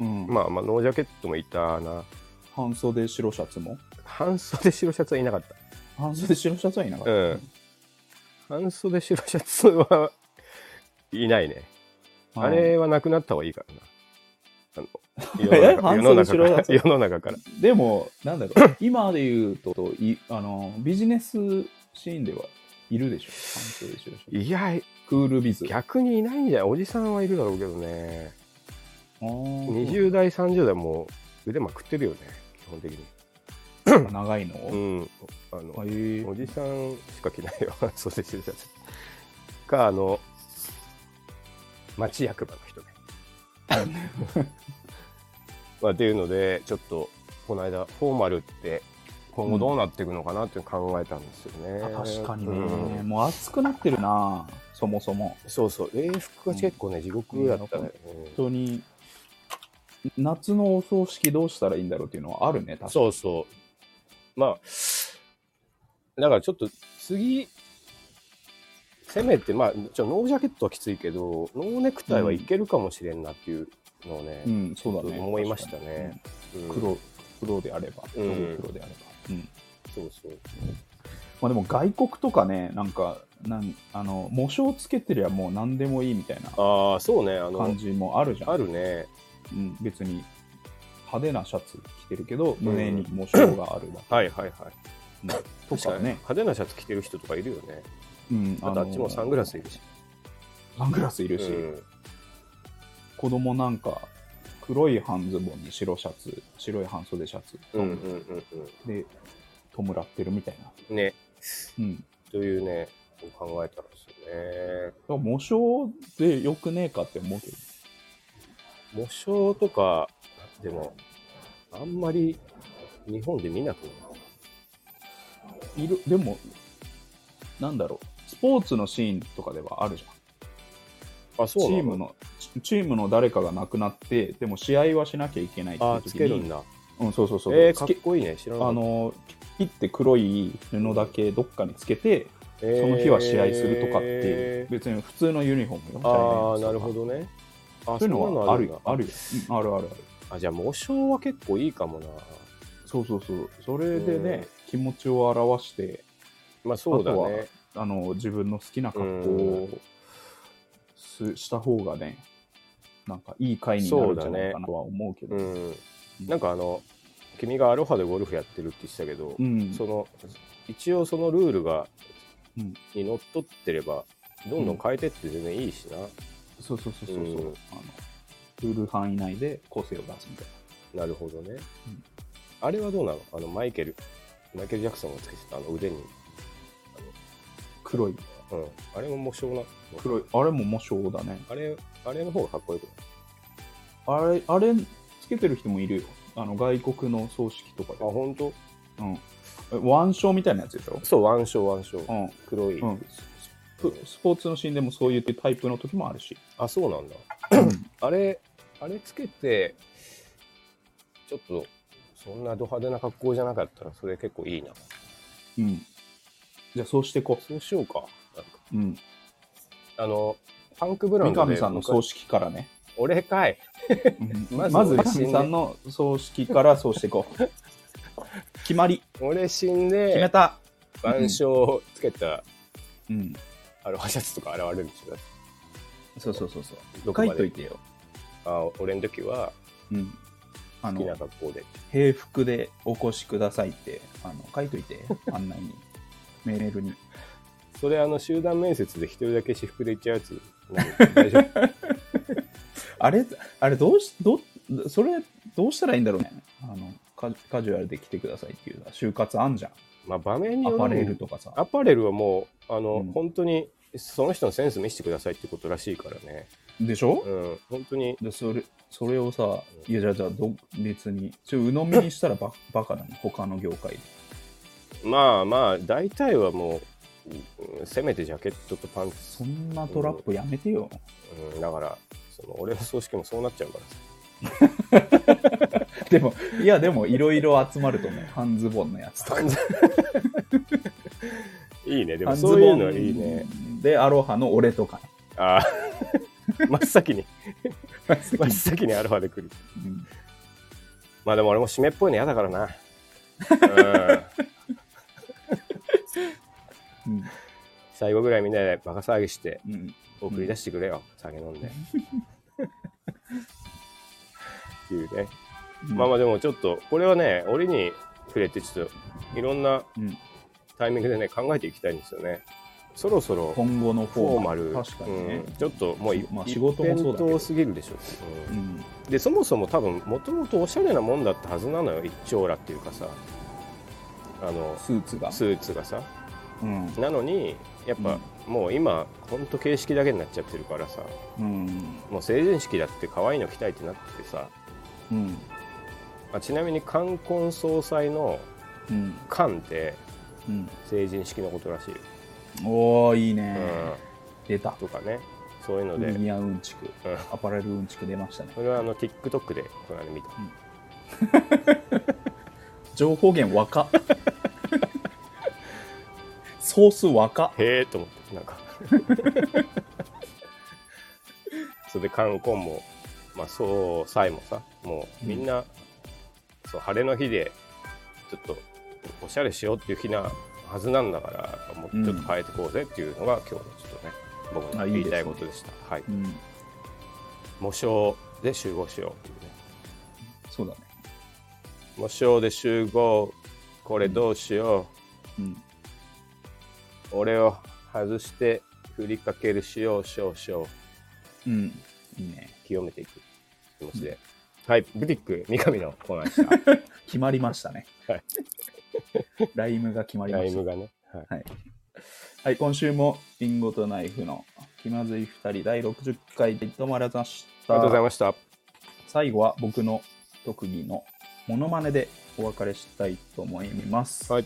Speaker 1: うん
Speaker 2: まあまあノージャケットもいたな
Speaker 1: 半袖白シャツも
Speaker 2: 半袖白シャツはいなかっ
Speaker 1: 半袖白シャツはいなかったた、
Speaker 2: うん半袖白シャツはいないね
Speaker 1: うん
Speaker 2: あれはなくなった方がいいからな [LAUGHS] あの
Speaker 1: え
Speaker 2: 世の中世の
Speaker 1: 半袖
Speaker 2: 中
Speaker 1: 白
Speaker 2: か
Speaker 1: シャ
Speaker 2: ら
Speaker 1: ツ
Speaker 2: 世の中から
Speaker 1: でもなんだろ [LAUGHS] う今で言うといあのビジネスシーンではいるでしょ半袖白シャツ
Speaker 2: いや
Speaker 1: クールビズ
Speaker 2: 逆にいないんじゃないおじさんはいるだろうけどね
Speaker 1: あー
Speaker 2: 20代30代もう腕まくってるよね基本的に
Speaker 1: 長いの、
Speaker 2: うんあの
Speaker 1: あえー
Speaker 2: おじさんしか着ないよ [LAUGHS] そうですよかあの町役場の人ね
Speaker 1: [LAUGHS]
Speaker 2: まあっていうのでちょっとこの間フォーマルって今後どうなっていくのかなって考えたんですよね、
Speaker 1: あ確かにね、
Speaker 2: うん
Speaker 1: もう暑くなってるなそもそも
Speaker 2: そうそう礼服が結構ね地獄だったね、うん
Speaker 1: 本当に夏のお葬式どうしたらいいんだろうっていうのはあるね確かに
Speaker 2: そうそう。まあ、だからちょっと次、せめて、まあ、ちょノージャケットはきついけど、ノーネクタイはいけるかもしれんなっていうのをね、
Speaker 1: うん、そうだ
Speaker 2: ちょっ
Speaker 1: ね。
Speaker 2: と思いましたねう
Speaker 1: 確
Speaker 2: ん
Speaker 1: かに。黒、黒であれば、
Speaker 2: う
Speaker 1: 黒
Speaker 2: ん
Speaker 1: 黒であれば。うん。
Speaker 2: そうそう。
Speaker 1: まあでも外国とかね、なんか、なんあの、模章つけてりゃもう何でもいいみたいな
Speaker 2: ああ、そうね、あの
Speaker 1: 感、じもあるじゃ
Speaker 2: あ
Speaker 1: ん。
Speaker 2: るね。
Speaker 1: うん、別に派手なシャツ着てるけど、胸に模章があるだ
Speaker 2: はいはいはい。
Speaker 1: け。うんとかね。
Speaker 2: 派手なシャツ着てる人とかいるよね。
Speaker 1: うん、
Speaker 2: あとあっちもサングラスいるし。
Speaker 1: サングラスいるし、
Speaker 2: うん
Speaker 1: 子供なんか黒い半ズボンに白シャツ白い半袖シャツ、
Speaker 2: うんうんうん
Speaker 1: で弔ってるみたいな、
Speaker 2: うん。ね。
Speaker 1: うん、だか
Speaker 2: というね、考えたらです
Speaker 1: ら模章でよくねえかって思うけど
Speaker 2: よね。模章とか、でも、あんまり日本で見なくなる。
Speaker 1: いるでもなんだろうスポーツのシーンとかではあるじゃん
Speaker 2: あ、そうな
Speaker 1: チームのチチームの誰かが亡くなってでも試合はしなきゃいけないっていう
Speaker 2: あ、
Speaker 1: 時に
Speaker 2: つけるんだ。
Speaker 1: うん、そうそうそう、
Speaker 2: えー、かっ
Speaker 1: つけ
Speaker 2: こいいね。知らなか
Speaker 1: あ
Speaker 2: った
Speaker 1: の切って黒い布だけどっかにつけてその日は試合するとかっていう、
Speaker 2: えー
Speaker 1: 別に普通のユニフォームよ。
Speaker 2: ああ、
Speaker 1: ジャイア
Speaker 2: な
Speaker 1: ンツ
Speaker 2: る
Speaker 1: とか
Speaker 2: ほ。どね。
Speaker 1: そ
Speaker 2: あ
Speaker 1: ういうのはある
Speaker 2: そん
Speaker 1: よ。
Speaker 2: な
Speaker 1: あ
Speaker 2: の
Speaker 1: るよ。うんあるあるある。
Speaker 2: あ、じゃあ、模章は結構いいかもな。
Speaker 1: そうそうそう。それで
Speaker 2: うん
Speaker 1: ね、気持ちを表して、
Speaker 2: まあ、そうだ
Speaker 1: あとは
Speaker 2: ね。
Speaker 1: あの、自分の好きな格好をすした方がね、なんかいい回になるんじゃないかなとは思うけど。
Speaker 2: う。
Speaker 1: うん
Speaker 2: なんかあの、君がアロハでゴルフやってるって言ってたけど、
Speaker 1: ん。
Speaker 2: その一応そのルールが、
Speaker 1: うん
Speaker 2: にのっとってればどんどん変えてって全然いいしな、
Speaker 1: そうそうそうそうそう、
Speaker 2: うん
Speaker 1: あの。ルール範囲内で個性を出すみたい
Speaker 2: なるほどね、
Speaker 1: うん
Speaker 2: あれはどうなのあのマイケルマイケル・ジャクソンがつけてたあの腕に、
Speaker 1: な。黒い。
Speaker 2: うん、あれも模倣なの
Speaker 1: 黒い。あれも模章だね。
Speaker 2: あれあれの方がかっこよくない
Speaker 1: あれ、あれ、つけてる人もいるよ。あの、外国の葬式とかで
Speaker 2: あ。本当
Speaker 1: うん。え腕章みたいなやつでしょ
Speaker 2: そう腕章腕章
Speaker 1: うん。
Speaker 2: 黒い、
Speaker 1: うん。スポスポーツのシーンでもそういうタイプの時もあ [LAUGHS] るし。
Speaker 2: あそうなんだあれあれつけてちょっとそんなド派手な格好じゃなかったらそれ結構いいな
Speaker 1: うん。じゃあそうしてこ
Speaker 2: そうしようかなんか
Speaker 1: う。うん。
Speaker 2: あのパンクブラ
Speaker 1: 三
Speaker 2: ンド
Speaker 1: 上
Speaker 2: で
Speaker 1: さんの葬式からね。
Speaker 2: 俺かい
Speaker 1: うん
Speaker 2: まず
Speaker 1: まず
Speaker 2: 俺
Speaker 1: 三
Speaker 2: 死んで
Speaker 1: 上さんの葬式からそうしてこ [LAUGHS] う。決まり。
Speaker 2: 俺死
Speaker 1: 決
Speaker 2: ん
Speaker 1: め
Speaker 2: で
Speaker 1: た。
Speaker 2: 腕章をつけた
Speaker 1: うん。
Speaker 2: アロハシャツとか現れるんでしょ
Speaker 1: そうそうそうそう。
Speaker 2: どこ
Speaker 1: 書
Speaker 2: ま
Speaker 1: いと
Speaker 2: で
Speaker 1: いてよ。
Speaker 2: あ俺の時は
Speaker 1: うん。あ
Speaker 2: 好きな
Speaker 1: の、
Speaker 2: 格好で
Speaker 1: 平服でお越しくださいって、あの、書いとい [LAUGHS] て。案内に。メールに。
Speaker 2: それあの集団面接で一人だけ私服で行っちゃうやつ何大丈夫 [LAUGHS]
Speaker 1: あれ、あれどうし、ど、それ、どうしたらいいんだろうね。あの、カカジュアルで来てくださいっていうのは就活あんじゃん。
Speaker 2: まあ場面によ
Speaker 1: ア
Speaker 2: る
Speaker 1: パレルとかさ。
Speaker 2: アパレルはもうあの、
Speaker 1: うん
Speaker 2: 本当にその人のセンス見せてくださいってことらしいからね
Speaker 1: でしょ、
Speaker 2: うん本当に
Speaker 1: でそれそれをさ、いやじゃあじゃあど別に、ちょ鵜呑みにしたらババカなの、他の業界で。
Speaker 2: まあまあ大体はもう、うんせめてジャケットとパンツ、
Speaker 1: そんなトラップやめてよ。 [LAUGHS]
Speaker 2: うん、だからその俺の葬式もそうなっちゃうから
Speaker 1: [LAUGHS]
Speaker 2: さ
Speaker 1: でも、いやでもいろいろ集まる
Speaker 2: [LAUGHS]
Speaker 1: と思う。半ズボンのやつとか。
Speaker 2: いいね、でも
Speaker 1: 半ズ
Speaker 2: そうい
Speaker 1: ボ
Speaker 2: うのいいね。
Speaker 1: ンでアロハの俺とか、ね。
Speaker 2: あー真っ先に、真っ先にアルファで来る。
Speaker 1: うん
Speaker 2: まあでも俺も締めっぽいの嫌だから
Speaker 1: [LAUGHS]
Speaker 2: な。うん、
Speaker 1: うん
Speaker 2: 最後ぐらいみんなでバカ騒ぎして
Speaker 1: うん
Speaker 2: 送り出してくれよ、酒
Speaker 1: [LAUGHS]
Speaker 2: 飲んで。っていうね。
Speaker 1: うん
Speaker 2: まあまあでもちょっと、これはね、折に触れてちょっといろんな
Speaker 1: うん
Speaker 2: タイミングでね、考えていきたいんですよね。そろそろフ
Speaker 1: 今後のフォ
Speaker 2: ォー
Speaker 1: ー
Speaker 2: マ
Speaker 1: マ
Speaker 2: ル、
Speaker 1: ル。確かにね。
Speaker 2: うんちょっともうい、
Speaker 1: まあ仕事もそうだけど
Speaker 2: 一辺倒すぎるでしょ。うん
Speaker 1: うん
Speaker 2: でそもそも多分もともとおしゃれなもんだったはずなのよ一丁羅っていうかさあの
Speaker 1: スーツが。
Speaker 2: スーツがさ
Speaker 1: うん
Speaker 2: なのにやっぱ、もう今ほんと形式だけになっちゃってるからさ
Speaker 1: うん
Speaker 2: もう成人式だって可愛いの着たいってなっててさ
Speaker 1: うん
Speaker 2: あちなみに冠婚葬祭の
Speaker 1: うん
Speaker 2: 冠って
Speaker 1: うん
Speaker 2: 成人式のことらしいよ、
Speaker 1: おーいいうね、
Speaker 2: ん、
Speaker 1: 出た
Speaker 2: とかねそういうので、
Speaker 1: ウニアうんちく
Speaker 2: うん
Speaker 1: アパレルうんちく出ましたね
Speaker 2: それはあの TikTok でこの間見た
Speaker 1: 情報源若
Speaker 2: [LAUGHS]
Speaker 1: ソース若
Speaker 2: へえと思って
Speaker 1: [LAUGHS]
Speaker 2: なんかそれで冠婚もまあそうさえもさもうみんな、そう晴れの日でちょっとおしゃれしようっていう日なはずなんだからもうちょっと変えてこうぜっていうのが、今日のちょっとね僕の
Speaker 1: あいい
Speaker 2: 言
Speaker 1: ですね
Speaker 2: いたいことでしたはい
Speaker 1: うん
Speaker 2: 模章で集合しようっていうね
Speaker 1: そうだね
Speaker 2: 模章で集合これどうしよう、
Speaker 1: うん
Speaker 2: 俺を外して振りかける塩少々
Speaker 1: うん。いいね。
Speaker 2: 清めていく気持ちで、はいブティック三上のコーナーでした
Speaker 1: [LAUGHS] 決まりましたね。
Speaker 2: はい。
Speaker 1: [LAUGHS] ライムが決まりま
Speaker 2: ライ
Speaker 1: し
Speaker 2: ムがね、はい、
Speaker 1: た。はい。はい、今週もリンゴとナイフの気まずい2人第60回でどうもありがとうございまし
Speaker 2: ありがとうござい
Speaker 1: た。
Speaker 2: ました
Speaker 1: 最後は僕の特技のモノマネでお別れしたいと思います。
Speaker 2: はい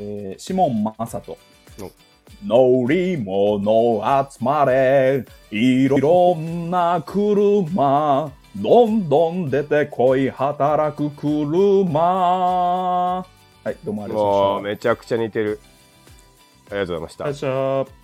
Speaker 1: えーシモン・マサト
Speaker 2: お。
Speaker 1: 乗り物集まれ、いろいろんな車、どんどん出てこい、働く車。はい、どうもありがとう
Speaker 2: も
Speaker 1: ご
Speaker 2: う
Speaker 1: ざいま
Speaker 2: めちゃくちゃ似てるありがとうございまし
Speaker 1: した。い
Speaker 2: た
Speaker 1: らっしゃい